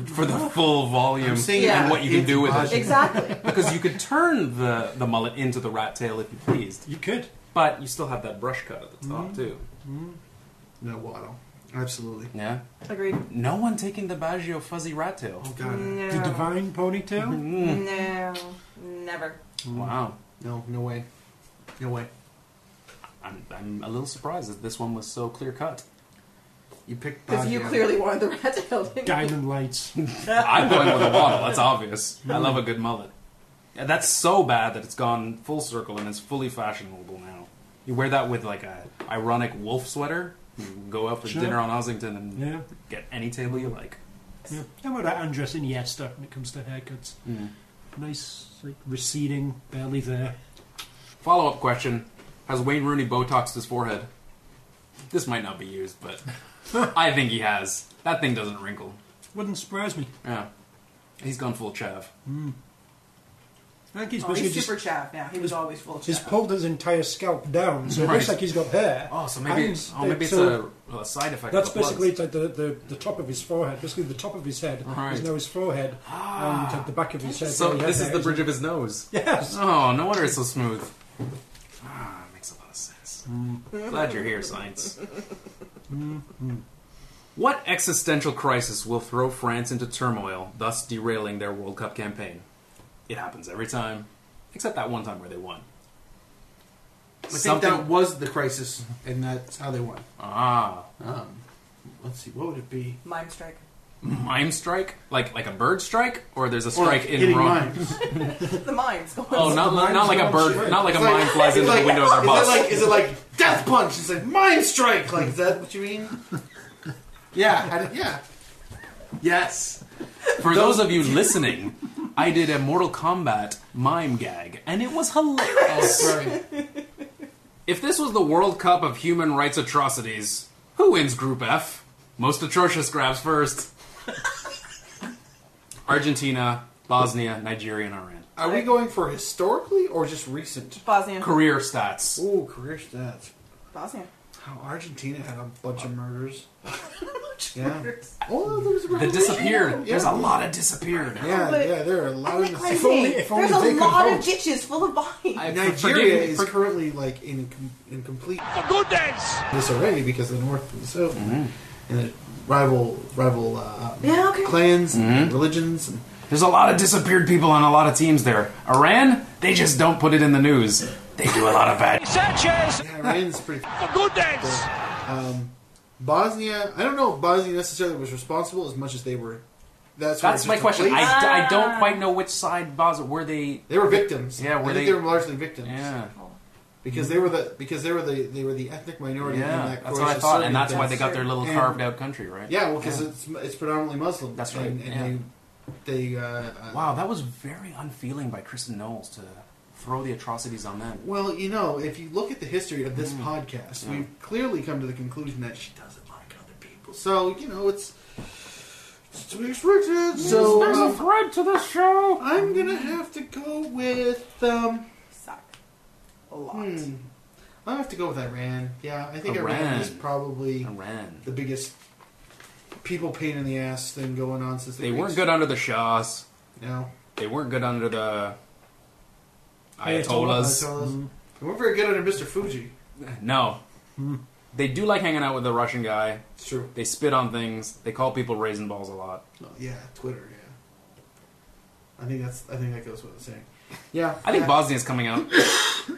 Speaker 1: for the full volume
Speaker 4: saying
Speaker 5: Yeah.
Speaker 1: and what you can do with it?
Speaker 5: exactly.
Speaker 1: Because you could turn the, the mullet into the rat tail if you pleased,
Speaker 3: You could.
Speaker 1: but you still have that brush cut at the top too.
Speaker 4: No waddle. Absolutely.
Speaker 1: Yeah.
Speaker 5: Agreed.
Speaker 1: No one taking the Baggio fuzzy rat tail. Mm.
Speaker 4: Oh god.
Speaker 3: The
Speaker 5: No,
Speaker 3: divine
Speaker 1: Mm-hmm.
Speaker 3: ponytail.
Speaker 5: no, never.
Speaker 1: Wow.
Speaker 4: No, no way. No way.
Speaker 1: I'm, I'm a little surprised that this one was so clear cut.
Speaker 4: You picked
Speaker 5: Because you
Speaker 4: Baggio.
Speaker 5: clearly wanted the rat tail. didn't you?
Speaker 3: Diamond lights.
Speaker 1: Mm. I'm going with a waddle. That's obvious. I love a good mullet. And that's so bad that it's gone full circle and it's fully fashionable now. You wear that with like a ironic wolf sweater. You can go out for
Speaker 3: Sure.
Speaker 1: dinner on Ossington and
Speaker 3: Yeah.
Speaker 1: get any table you like.
Speaker 3: yeah. How about Andres Iniesta when it comes to haircuts?
Speaker 1: Mm.
Speaker 3: Nice, like receding, barely there.
Speaker 1: Follow up question Has Wayne Rooney Botoxed his forehead? This might not be used, but I think he has. That thing doesn't wrinkle.
Speaker 3: Wouldn't surprise me.
Speaker 1: Yeah. He's gone full chav.
Speaker 3: I think he's
Speaker 5: Oh,
Speaker 3: basically
Speaker 5: he's
Speaker 3: just
Speaker 5: super chav now. He was always full of
Speaker 3: he's
Speaker 5: chav.
Speaker 3: pulled his entire scalp down, so it
Speaker 1: Right.
Speaker 3: looks like he's got hair.
Speaker 1: Oh, so maybe,
Speaker 3: And
Speaker 1: oh, maybe it's
Speaker 3: so
Speaker 1: a, well, a side effect.
Speaker 3: That's
Speaker 1: of the plugs.
Speaker 3: basically it's like the, the, the top of his forehead. Basically, the top of his head
Speaker 1: Right. Ah.
Speaker 3: is now his forehead, and at the back of his head.
Speaker 1: So
Speaker 3: there he
Speaker 1: this
Speaker 3: had
Speaker 1: is the
Speaker 3: hair,
Speaker 1: bridge of his nose.
Speaker 3: isn't it? Yes.
Speaker 1: Oh, no wonder it's so smooth. Ah, makes a lot of sense.
Speaker 4: Mm-hmm.
Speaker 1: Glad you're here, science. Mm-hmm. what existential crisis will throw France into turmoil, thus derailing their World Cup campaign? It happens every time, except that one time where they won.
Speaker 4: I think
Speaker 1: Something-
Speaker 4: that was the crisis, and that's how they won.
Speaker 1: Ah,
Speaker 4: Um, let's see, what would it be?
Speaker 5: Mime strike.
Speaker 1: mime strike, like like a bird strike, or there's a
Speaker 4: Or
Speaker 1: strike in
Speaker 4: hitting
Speaker 1: Rome.
Speaker 4: mimes.
Speaker 5: The mimes. going-
Speaker 1: Oh, not,
Speaker 3: mime's
Speaker 1: not like a
Speaker 3: going
Speaker 1: bird,
Speaker 3: straight.
Speaker 1: not like a
Speaker 4: It's like-
Speaker 1: mime flies
Speaker 4: it's
Speaker 1: into
Speaker 4: like-
Speaker 1: the window of their
Speaker 4: is
Speaker 1: bus.
Speaker 4: It like, is it like death punch? It's like mine strike. Like is that what you mean? Yeah, I did- yeah. Yes.
Speaker 1: For those of you listening, I did a Mortal Kombat mime gag, and it was hilarious.
Speaker 4: Right.
Speaker 1: If this was the World Cup of human rights atrocities, who wins Group F? Most atrocious grabs first. Argentina, Bosnia, Nigeria, and Iran.
Speaker 4: Are we going for historically or just recent?
Speaker 5: Bosnia.
Speaker 1: Career stats.
Speaker 4: Oh, career stats.
Speaker 5: Bosnia.
Speaker 4: How Argentina had a bunch of murders. yeah. Oh, there was a
Speaker 1: The disappeared. There's a
Speaker 4: Yeah.
Speaker 1: lot of disappeared.
Speaker 4: Yeah,
Speaker 5: But-
Speaker 4: yeah, there are a lot
Speaker 5: Isn't
Speaker 4: of.
Speaker 5: that crazy?
Speaker 3: only- if only
Speaker 5: There's
Speaker 3: they
Speaker 5: a
Speaker 3: could
Speaker 5: lot of
Speaker 3: vote.
Speaker 5: ditches full of bodies.
Speaker 1: I-
Speaker 4: Nigeria
Speaker 1: forgive-
Speaker 4: is
Speaker 1: for-
Speaker 4: currently like in com- in complete disarray because of the North and the South
Speaker 1: Mm-hmm.
Speaker 4: and the rival rival uh,
Speaker 5: Yeah, okay.
Speaker 4: clans
Speaker 1: Mm-hmm.
Speaker 4: and religions. And,
Speaker 1: There's a lot of disappeared people on a lot of teams there. Iran, they just don't put it in the news. They do a lot of bad.
Speaker 4: yeah, Iran's pretty. Um, Bosnia, I don't know if Bosnia necessarily was responsible as much as they were. That's where
Speaker 1: That's
Speaker 4: it's
Speaker 1: my
Speaker 4: just a
Speaker 1: question.
Speaker 4: place-
Speaker 1: I, I don't quite know which side Bosnia were they.
Speaker 4: they were victims.
Speaker 1: Yeah, were
Speaker 4: I think
Speaker 1: they-
Speaker 4: they were largely victims.
Speaker 1: Yeah.
Speaker 4: because they were the because they were the they were the ethnic minority. in
Speaker 1: Yeah, that's
Speaker 4: that
Speaker 1: what I
Speaker 4: Croatia,
Speaker 1: thought,
Speaker 4: Serbian
Speaker 1: and that's why
Speaker 4: thing.
Speaker 1: they got their little
Speaker 4: And-
Speaker 1: carved out country, right?
Speaker 4: Yeah, well, because it's it's predominantly Muslim.
Speaker 1: That's right,
Speaker 4: And, and they they uh, uh,
Speaker 1: Wow, that was very unfeeling by Kristen Knowles to throw the atrocities on them.
Speaker 4: Well, you know, if you look at the history of
Speaker 1: Mm.
Speaker 4: this podcast, we've clearly come to the conclusion that she doesn't like other people. So you know, it's it's to be expected. So um,
Speaker 1: thread to this show.
Speaker 4: I'm gonna have to go with um.
Speaker 5: Suck. A lot.
Speaker 4: Hmm, I'll have to go with Iran. Yeah, I think Iran,
Speaker 1: Iran.
Speaker 4: is probably
Speaker 1: Iran.
Speaker 4: the biggest people pain in the ass thing going on since the
Speaker 1: They
Speaker 4: Greeks.
Speaker 1: weren't good under the Shahs.
Speaker 4: No,
Speaker 1: They weren't good under the
Speaker 3: Ayatollahs.
Speaker 1: Ayatollahs. Mm.
Speaker 4: Ayatollahs. They weren't very good under Mr. Fuji.
Speaker 1: No. They do like hanging out with the Russian guy.
Speaker 4: It's true.
Speaker 1: They spit on things. They call people raisin balls a lot.
Speaker 4: Oh, yeah, Twitter. Yeah. I think that's. I think that goes with the saying. Yeah.
Speaker 1: I think
Speaker 4: yeah.
Speaker 1: Bosnia's coming out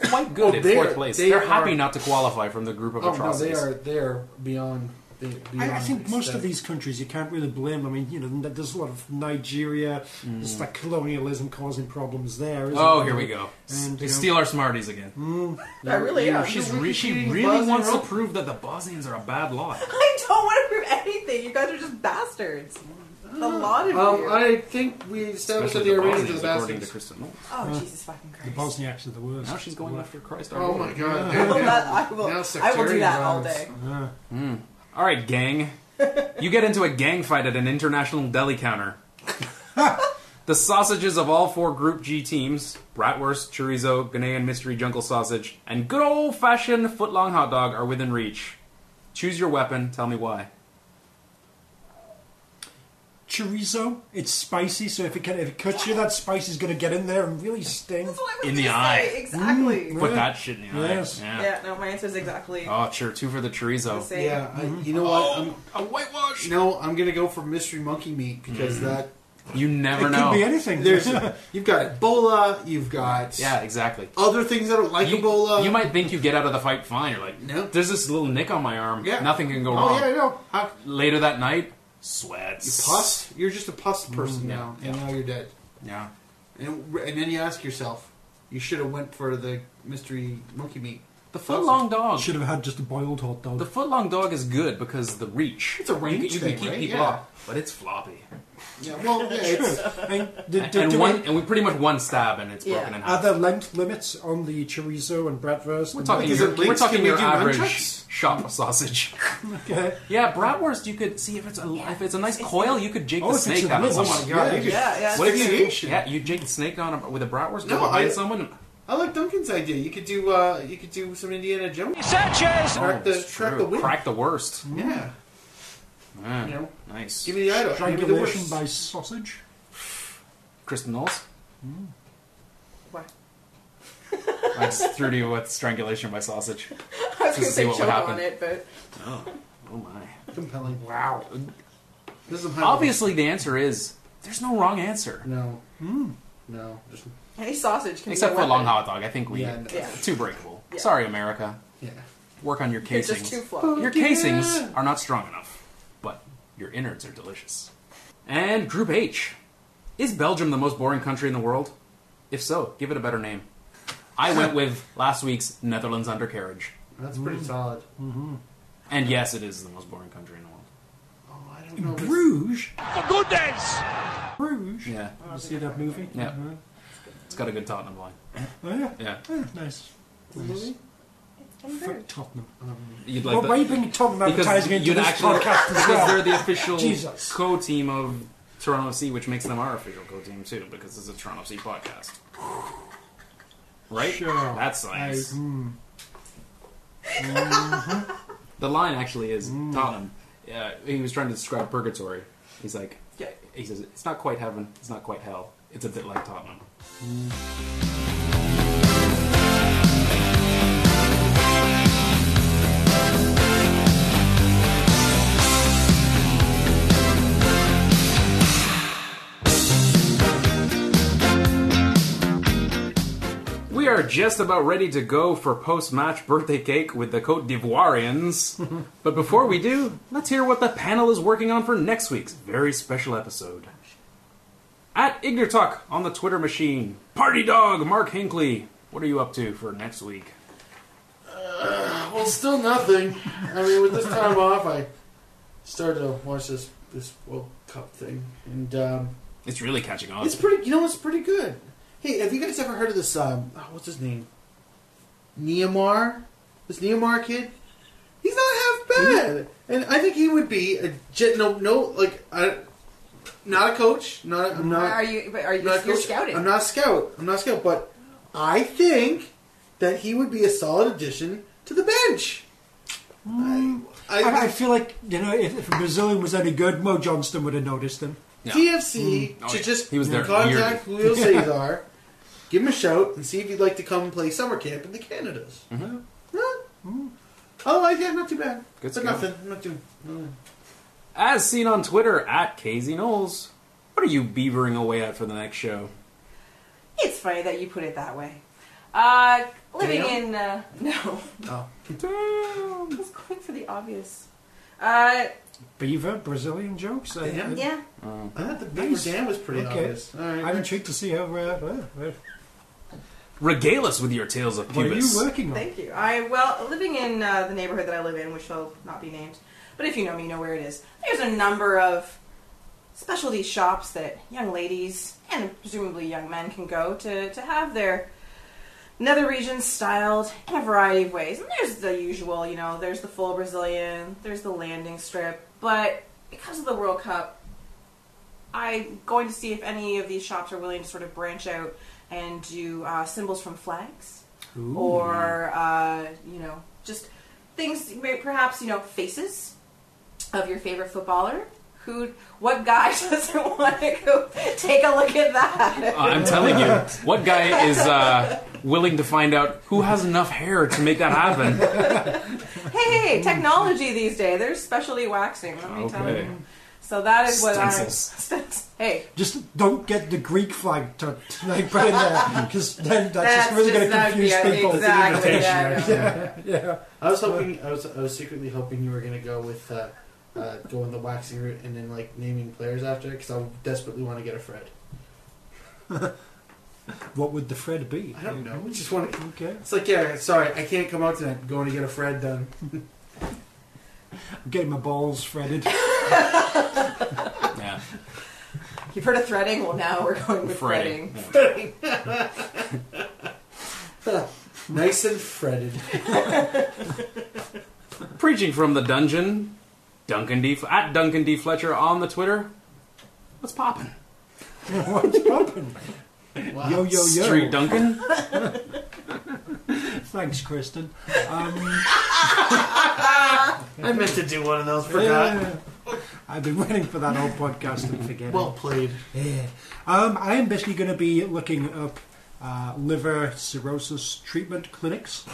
Speaker 1: quite good
Speaker 4: Oh,
Speaker 1: at
Speaker 4: they
Speaker 1: fourth
Speaker 4: are-
Speaker 1: place.
Speaker 4: they
Speaker 1: They are happy
Speaker 4: are-
Speaker 1: not to qualify from the group of
Speaker 4: Oh no, they
Speaker 1: atrocities.
Speaker 4: are. They are beyond. They, beyond
Speaker 3: I, I think most of
Speaker 4: ecstatic.
Speaker 3: these countries you can't really blame. I mean, you know, there's a lot of Nigeria, there's like colonialism causing problems there. Isn't
Speaker 1: Mm. Oh,
Speaker 3: there?
Speaker 1: here we go.
Speaker 3: And,
Speaker 1: they
Speaker 3: you know-
Speaker 1: steal our Smarties again.
Speaker 4: Yeah,
Speaker 5: really
Speaker 4: yeah,
Speaker 5: are.
Speaker 1: She's
Speaker 4: you're
Speaker 1: re- she
Speaker 4: Wikipedia
Speaker 1: really
Speaker 4: Bosnia
Speaker 1: wants to
Speaker 4: Rob-
Speaker 1: prove that the Bosnians are a bad lot.
Speaker 5: I don't want to prove anything. You guys are just bastards. The lot of
Speaker 4: Um,
Speaker 5: you.
Speaker 4: I think we established that
Speaker 1: Especially the
Speaker 4: they are rated to
Speaker 1: Bosnians,
Speaker 4: the
Speaker 1: according to
Speaker 4: bastards.
Speaker 1: Kristen. Nolan.
Speaker 5: oh Jesus fucking
Speaker 3: The
Speaker 5: Christ!
Speaker 3: Bosniaks are the worst.
Speaker 1: Now she's going after Christ. our
Speaker 4: Oh
Speaker 1: Lord.
Speaker 4: my god!
Speaker 5: I will,
Speaker 4: Now-
Speaker 5: not- I will,
Speaker 4: now
Speaker 5: I will do
Speaker 4: sectarian
Speaker 5: that all
Speaker 4: violence.
Speaker 5: day.
Speaker 3: Yeah.
Speaker 1: All right, gang. You get into a gang fight at an international deli counter. the sausages of all four Group G teams bratwurst, chorizo, Ghanaian mystery jungle sausage, and good old fashioned foot long hot dog are within reach. Choose your weapon, tell me why.
Speaker 3: Chorizo, it's spicy, so if it can, if it cuts you, that spice is going to get in there and really sting.
Speaker 5: That's what I was
Speaker 1: In the
Speaker 5: gonna
Speaker 1: eye.
Speaker 5: say, Exactly.
Speaker 1: Put that shit in your
Speaker 3: Yes.
Speaker 1: eyes. Yeah.
Speaker 5: Yeah. No, my answer is exactly
Speaker 1: Oh, sure. Two for the
Speaker 5: the
Speaker 1: chorizo.
Speaker 5: same.
Speaker 4: Yeah, I, you know what? I'm,
Speaker 1: Oh, a whitewash.
Speaker 4: no, I'm gonna go for mystery monkey meat
Speaker 1: Mm.
Speaker 4: because that
Speaker 1: You never
Speaker 3: it
Speaker 1: know.
Speaker 3: could be anything.
Speaker 4: there's you've got Ebola, you've got
Speaker 1: yeah, exactly.
Speaker 4: other things that are like
Speaker 1: You,
Speaker 4: Ebola.
Speaker 1: you might think you get out of the fight fine. You're like,
Speaker 4: uh, Nope.
Speaker 1: There's this little nick on my arm.
Speaker 4: Yeah.
Speaker 1: Nothing can go
Speaker 4: oh
Speaker 1: wrong.
Speaker 4: yeah, I know. How,
Speaker 1: Later that night,
Speaker 4: you
Speaker 1: sweats.
Speaker 4: pus? You're just a pus person
Speaker 1: yeah,
Speaker 4: now,
Speaker 1: yeah.
Speaker 4: and now you're dead.
Speaker 1: Yeah.
Speaker 4: And, and then you ask yourself, you should have went for the mystery monkey meat.
Speaker 1: The foot long dog.
Speaker 3: should have had just a boiled hot dog.
Speaker 1: The foot long dog is good because the reach.
Speaker 4: It's a range
Speaker 1: You, can- you
Speaker 4: thing,
Speaker 1: can keep
Speaker 4: right?
Speaker 1: people
Speaker 4: Yeah.
Speaker 1: up, but it's floppy.
Speaker 4: Yeah, well, yeah, it's,
Speaker 3: and the, the,
Speaker 1: and
Speaker 3: do
Speaker 1: one,
Speaker 3: we-
Speaker 1: and we pretty much one stab and it's
Speaker 5: Yeah.
Speaker 1: broken in
Speaker 3: are
Speaker 1: half.
Speaker 3: there length limits on the chorizo and bratwurst?
Speaker 1: We're talking
Speaker 4: Is
Speaker 1: your,
Speaker 4: it
Speaker 1: we're
Speaker 4: links?
Speaker 1: talking
Speaker 4: Can we
Speaker 1: your
Speaker 4: do nunchucks?
Speaker 1: average shop sausage.
Speaker 3: Okay.
Speaker 1: Yeah, bratwurst. You could see if it's a if it's a nice coil, you could jig the
Speaker 3: Oh, if it's
Speaker 1: snake
Speaker 3: a
Speaker 1: out of
Speaker 3: little-
Speaker 1: someone.
Speaker 3: Oh my
Speaker 4: yeah, you could-
Speaker 5: Yeah. Yeah.
Speaker 1: What if you?
Speaker 4: Asphyxiation.
Speaker 1: Yeah, you jig the snake down with a bratwurst.
Speaker 4: No,
Speaker 1: go behind
Speaker 4: I-
Speaker 1: someone.
Speaker 4: I like Duncan's idea. You could do uh, you could do some Indiana Jones.
Speaker 6: Sanchez!
Speaker 4: Crack the-
Speaker 1: Oh, it's
Speaker 4: crack
Speaker 1: true.
Speaker 4: the whip.
Speaker 1: Crack the worst.
Speaker 4: Yeah,
Speaker 1: Yeah,
Speaker 4: you know,
Speaker 1: Nice.
Speaker 4: give me the idol. Give me the
Speaker 3: Strangulation
Speaker 4: worst.
Speaker 3: by sausage.
Speaker 1: Kristen Knowles.
Speaker 5: What?
Speaker 1: I just threw to you with strangulation by sausage.
Speaker 5: I was
Speaker 1: Just
Speaker 5: gonna
Speaker 1: to see
Speaker 5: say
Speaker 1: what would
Speaker 5: choke
Speaker 1: happen.
Speaker 5: on it, but
Speaker 1: Oh my.
Speaker 4: compelling. Wow, this is high
Speaker 1: Obviously, the answer is there's no wrong answer.
Speaker 4: level. No, no, just
Speaker 5: any sausage can.
Speaker 1: Except
Speaker 5: be
Speaker 1: for a
Speaker 5: a
Speaker 1: long
Speaker 5: weapon.
Speaker 1: hot dog. I think we
Speaker 4: Yeah, no.
Speaker 5: Yeah.
Speaker 1: too breakable.
Speaker 5: Yeah.
Speaker 1: Sorry, America.
Speaker 4: yeah.
Speaker 1: Work on your
Speaker 5: It's
Speaker 1: casings.
Speaker 5: just too fluffy.
Speaker 1: your casings are not strong enough, but your innards are delicious. And Group H. Is Belgium the most boring country in the world? If so, give it a better name. I went with last week's Netherlands undercarriage.
Speaker 4: That's pretty solid.
Speaker 1: And yes, it is the most boring country in the world.
Speaker 4: Oh, I don't know. this-
Speaker 3: Bruges. Bruges.
Speaker 1: Yeah.
Speaker 3: You see that movie?
Speaker 1: Yeah.
Speaker 3: Uh-huh.
Speaker 1: It's got a good Tottenham line.
Speaker 3: Oh yeah.
Speaker 1: Yeah.
Speaker 3: Oh, nice. nice. Fuck Tottenham.
Speaker 1: You'd
Speaker 3: well, why are you bringing Tottenham
Speaker 1: because
Speaker 3: advertising into
Speaker 1: you'd
Speaker 3: this
Speaker 1: actually
Speaker 3: podcast as
Speaker 1: because
Speaker 3: well?
Speaker 1: they're the official
Speaker 3: Jesus.
Speaker 1: co-team of Toronto FC, which makes them our official co-team too, because it's a Toronto FC podcast, right?
Speaker 3: Sure.
Speaker 1: That's nice. Mm-hmm. the line actually is Tottenham. Uh, he was trying to describe purgatory. He's like, yeah, he says it's not quite heaven, it's not quite hell. It's a bit like Tottenham. We are just about ready to go for post-match birthday cake with the Cote d'Ivoirians. but before we do, let's hear what the panel is working on for next week's very special episode. At Ignortalk on the Twitter machine, Party Dog Mark Hinkley, what are you up to for next week?
Speaker 4: Well, still nothing. I mean, with this time off, I started to watch this this World Cup thing, and um,
Speaker 1: It's really catching on.
Speaker 4: It's pretty. You know, it's pretty good. Hey, have you guys ever heard of this? Um, oh, what's his name? Neymar. This Neymar kid. He's not half bad, and I think he would be a jet. No, no, like I, not a coach. Not. I'm not.
Speaker 5: Are you? But are you?
Speaker 4: I'm not a
Speaker 5: You're
Speaker 4: coach.
Speaker 5: scouting.
Speaker 4: I'm not a scout. I'm not a scout. But I think that he would be a solid addition to the bench. I, Mm. I,
Speaker 3: I, I feel like you know if, if a Brazilian was any good, Mo Johnston would have noticed him.
Speaker 1: Yeah.
Speaker 3: Mm.
Speaker 4: TFC
Speaker 1: Oh,
Speaker 4: should
Speaker 1: yeah.
Speaker 4: just
Speaker 1: He was there
Speaker 4: contact Julio Cesar,
Speaker 3: Mm.
Speaker 4: give him a shout, and see if he'd like to come play summer camp in the Canadas. Huh?
Speaker 9: Otherwise, Oh, yeah, not too bad.
Speaker 1: Mm-hmm. Good
Speaker 9: but
Speaker 1: skill.
Speaker 9: nothing. I'm not doing.
Speaker 1: As seen on Twitter at Casey Knowles, what are you beavering away at for the next show?
Speaker 5: It's funny that you put it that way. Uh, living in uh, no,
Speaker 9: Oh.
Speaker 3: Mm.
Speaker 5: I was going for the obvious. Uh,
Speaker 3: Beaver Brazilian jokes. I-
Speaker 9: Yeah.
Speaker 5: yeah,
Speaker 9: I thought the Beaver
Speaker 3: Nice.
Speaker 9: Dam was pretty
Speaker 3: Okay.
Speaker 9: obvious. All right.
Speaker 3: I'm intrigued to see how. Uh, uh, uh,
Speaker 1: Regale us with your tales of
Speaker 3: what are
Speaker 1: pubis.
Speaker 3: you working on?
Speaker 5: thank you. I well, living in uh, the neighborhood that I live in, which shall not be named, but if you know me, you know where it is. There's a number of specialty shops that young ladies and presumably young men can go to to have their nether regions styled in a variety of ways. And there's the usual, you know, there's the full Brazilian, there's the landing strip, but because of the World Cup, I'm going to see if any of these shops are willing to sort of branch out and do uh, symbols from flags or, uh, you know, just things, may- perhaps, you know, faces of your favorite footballer. Who, what guy doesn't want to go take a look at that?
Speaker 1: I'm telling you, what guy is uh, willing to find out who has enough hair to make that happen?
Speaker 5: Hey, technology these days, there's specialty waxing, let me tell
Speaker 1: Okay.
Speaker 5: you. So that is what
Speaker 1: Stencils.
Speaker 5: I'm. Stencils. Hey,
Speaker 3: Just don't get the Greek flag to, to like put in there, because then that's,
Speaker 5: that's,
Speaker 3: just really going
Speaker 5: just
Speaker 3: to
Speaker 5: not
Speaker 3: confuse
Speaker 5: the-
Speaker 3: people.
Speaker 5: Exactly. yeah, yeah.
Speaker 3: Yeah.
Speaker 9: I was hoping. I was. I was secretly hoping you were gonna go with. Uh, uh, going the waxy route and then like naming players after because I desperately want to get a Fred.
Speaker 3: What would the Fred be?
Speaker 9: I don't know.
Speaker 3: Mm-hmm.
Speaker 9: I just want to.
Speaker 3: Okay.
Speaker 9: It's like yeah, sorry, I can't come out tonight. going to get a Fred done.
Speaker 3: I'm getting my balls threaded.
Speaker 1: Yeah.
Speaker 5: You've heard of threading? Well, now we're going with
Speaker 1: Fretting.
Speaker 5: threading.
Speaker 1: Yeah.
Speaker 9: nice and fretted.
Speaker 1: Preaching from the dungeon, Duncan D. at Duncan D. Fletcher on the Twitter. What's poppin'?
Speaker 3: What's poppin'?
Speaker 9: Wow.
Speaker 3: Yo, yo, yo.
Speaker 1: Street Duncan?
Speaker 3: Thanks, Kristen.
Speaker 9: I meant to do one of those. Forgot.
Speaker 3: I've been waiting for that old podcast and forgetting.
Speaker 9: Well played.
Speaker 3: Yeah. Um, I am basically going to be looking up uh, liver cirrhosis treatment clinics.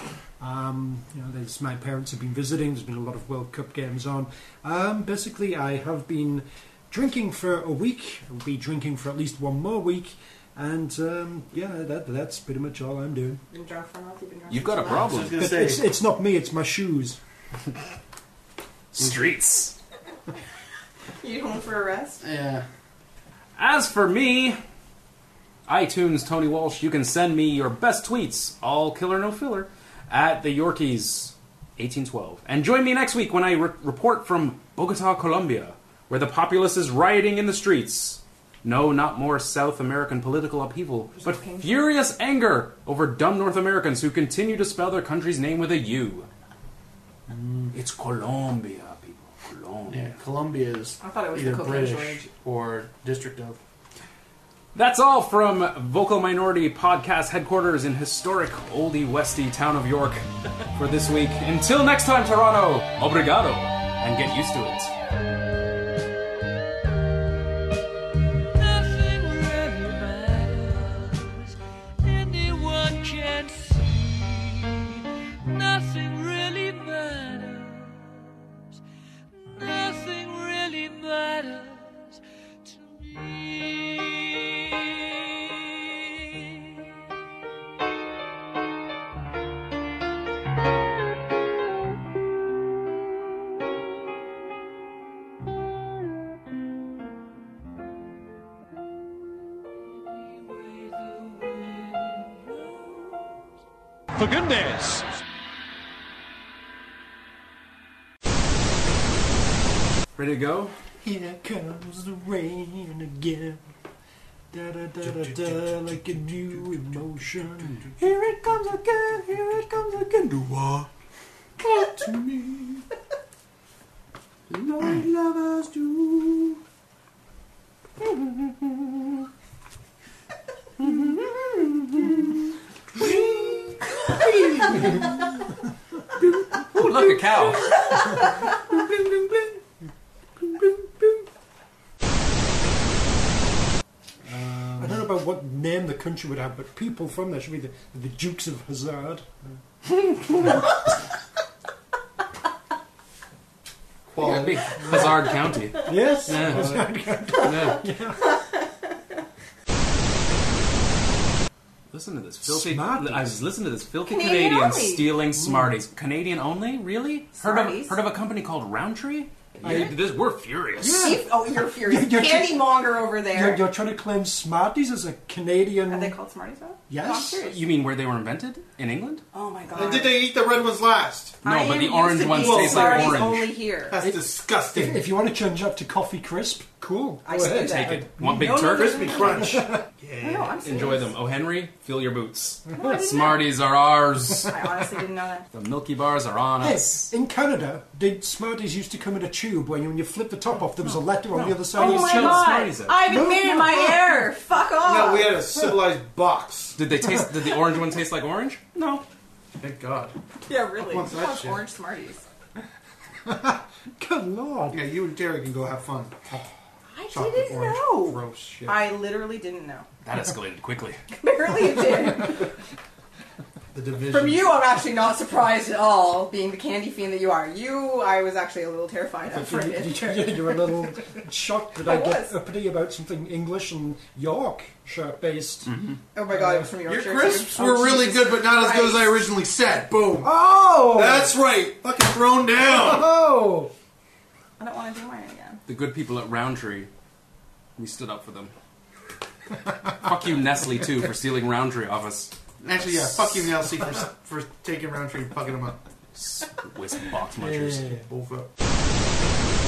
Speaker 3: Um, you know, there's, my parents have been visiting. There's been a lot of World Cup games on. Um, basically, I have been drinking for a week. I'll be drinking for at least one more week. And um, yeah, that, that's pretty much all I'm doing.
Speaker 5: Been drunk for a month, you've been drunk
Speaker 1: You've
Speaker 5: for
Speaker 1: got a
Speaker 5: month.
Speaker 9: I was
Speaker 1: problem.
Speaker 9: gonna
Speaker 3: But
Speaker 9: say.
Speaker 3: it's, it's not me. It's my shoes.
Speaker 1: Streets.
Speaker 5: You home for a rest?
Speaker 9: yeah.
Speaker 1: As for me, iTunes Tony Walsh, you can send me your best tweets, all killer no filler, at the Yorkies 1812. And join me next week when I re- report from Bogota, Colombia, where the populace is rioting in the streets. No, not more South American political upheaval, but furious anger over dumb North Americans who continue to spell their country's name with a U. It's Colombia, people. Colombia.
Speaker 9: Yeah, Columbia is
Speaker 5: I thought it was
Speaker 9: either
Speaker 5: the cocaine
Speaker 9: British
Speaker 5: shortage.
Speaker 9: or District of.
Speaker 1: That's all from Vocal Minority Podcast headquarters in historic oldie westy town of York for this week. Until next time, Toronto, obrigado, and get used to it.
Speaker 6: Nothing really matters. Anyone can see. Nothing really matters. Nothing really matters to me.
Speaker 1: Ready to go?
Speaker 3: Here comes the rain again. Da da da da da, like a new emotion. Here it comes again, here it comes again. Do what? What to me? Like lovers do.
Speaker 1: Ooh, look, a cow.
Speaker 3: I don't know about what name the country would have, but people from there should be the, the Dukes of Hazard.
Speaker 1: Yeah,
Speaker 10: quality.
Speaker 1: big Hazard County.
Speaker 3: Yes.
Speaker 1: Yeah. Yeah. Listen to this filthy.
Speaker 3: Smarties.
Speaker 1: I was listening to this filthy
Speaker 5: Canadian
Speaker 1: Canadian,
Speaker 5: only.
Speaker 1: stealing Smarties. Canadian only, really? Heard of,
Speaker 5: Smarties.
Speaker 1: heard of a company called Roundtree?
Speaker 3: I-
Speaker 1: this, we're furious.
Speaker 5: Chief- oh, you're furious.
Speaker 3: You're- you're-
Speaker 5: Candy monger over
Speaker 3: You're,
Speaker 5: there.
Speaker 3: you're trying to claim Smarties as a Canadian.
Speaker 5: Are they called Smarties though?
Speaker 3: Yes.
Speaker 5: No, I'm curious.
Speaker 1: You mean where they were invented in England?
Speaker 5: oh my god.
Speaker 4: And did they eat the red ones last?
Speaker 1: No,
Speaker 5: I
Speaker 1: but
Speaker 5: am
Speaker 1: the
Speaker 5: used
Speaker 1: orange
Speaker 5: to
Speaker 1: ones
Speaker 5: eating
Speaker 1: taste like
Speaker 5: Smarties
Speaker 1: orange.
Speaker 5: only here.
Speaker 4: That's disgusting.
Speaker 3: If you want to change up to Coffee Crisp, cool.
Speaker 5: I
Speaker 3: Go
Speaker 5: see
Speaker 3: ahead.
Speaker 5: that.
Speaker 1: Take it. Want big
Speaker 5: No, no,
Speaker 1: turd?
Speaker 5: no,
Speaker 4: Crispy crunch.
Speaker 5: No, no, I'm serious.
Speaker 1: Enjoy them. Oh, Henry, fill your boots.
Speaker 5: I didn't
Speaker 1: Smarties are ours.
Speaker 5: I honestly didn't know that.
Speaker 1: the Milky Bars are on
Speaker 3: Hey,
Speaker 1: us.
Speaker 3: in Canada, the Smarties used to come in a tube where you, when you flip the top off, there was a letter on the other side.
Speaker 5: Oh
Speaker 3: of
Speaker 5: my
Speaker 1: chill
Speaker 5: god!
Speaker 1: Smarties out.
Speaker 5: I've
Speaker 3: No,
Speaker 5: admitted
Speaker 3: no,
Speaker 5: my
Speaker 3: no.
Speaker 5: error. Fuck off.
Speaker 4: No, we had a civilized box.
Speaker 1: Did they taste? Did the orange one taste like orange?
Speaker 5: no.
Speaker 4: Thank God.
Speaker 5: Yeah, really.
Speaker 4: What's that
Speaker 5: Fuck
Speaker 4: shit?
Speaker 5: orange Smarties.
Speaker 3: Good lord.
Speaker 4: Yeah, you and Terry can go have fun.
Speaker 5: I
Speaker 4: Chocolate
Speaker 5: didn't
Speaker 4: orange.
Speaker 5: know.
Speaker 4: Gross shit.
Speaker 5: I literally didn't know.
Speaker 1: That escalated quickly.
Speaker 5: Barely it did.
Speaker 4: the division.
Speaker 5: From you, I'm actually not surprised at all, being the candy fiend that you are. You, I was actually a little terrified of for a
Speaker 3: You,
Speaker 5: minute.
Speaker 3: are a little shocked that I,
Speaker 5: I
Speaker 3: get
Speaker 5: was.
Speaker 3: uppity about something English and York shirt based.
Speaker 1: Mm-hmm.
Speaker 5: Oh my god, it was from
Speaker 4: Your
Speaker 5: Yorkshire.
Speaker 4: crisps
Speaker 5: Oh,
Speaker 4: were really good, but not as good as I originally said. Boom.
Speaker 3: Oh!
Speaker 4: That's right. Fucking thrown down.
Speaker 3: Oh!
Speaker 5: I don't want to do mine again.
Speaker 1: The good people at Roundtree, we stood up for them. Fuck you, Nestle, too, for stealing Roundtree off us.
Speaker 4: Actually, yeah. Fuck you, Nelsie, for for taking Roundtree and fucking him up.
Speaker 1: Waste box munchers.
Speaker 3: Yeah.
Speaker 4: Both up.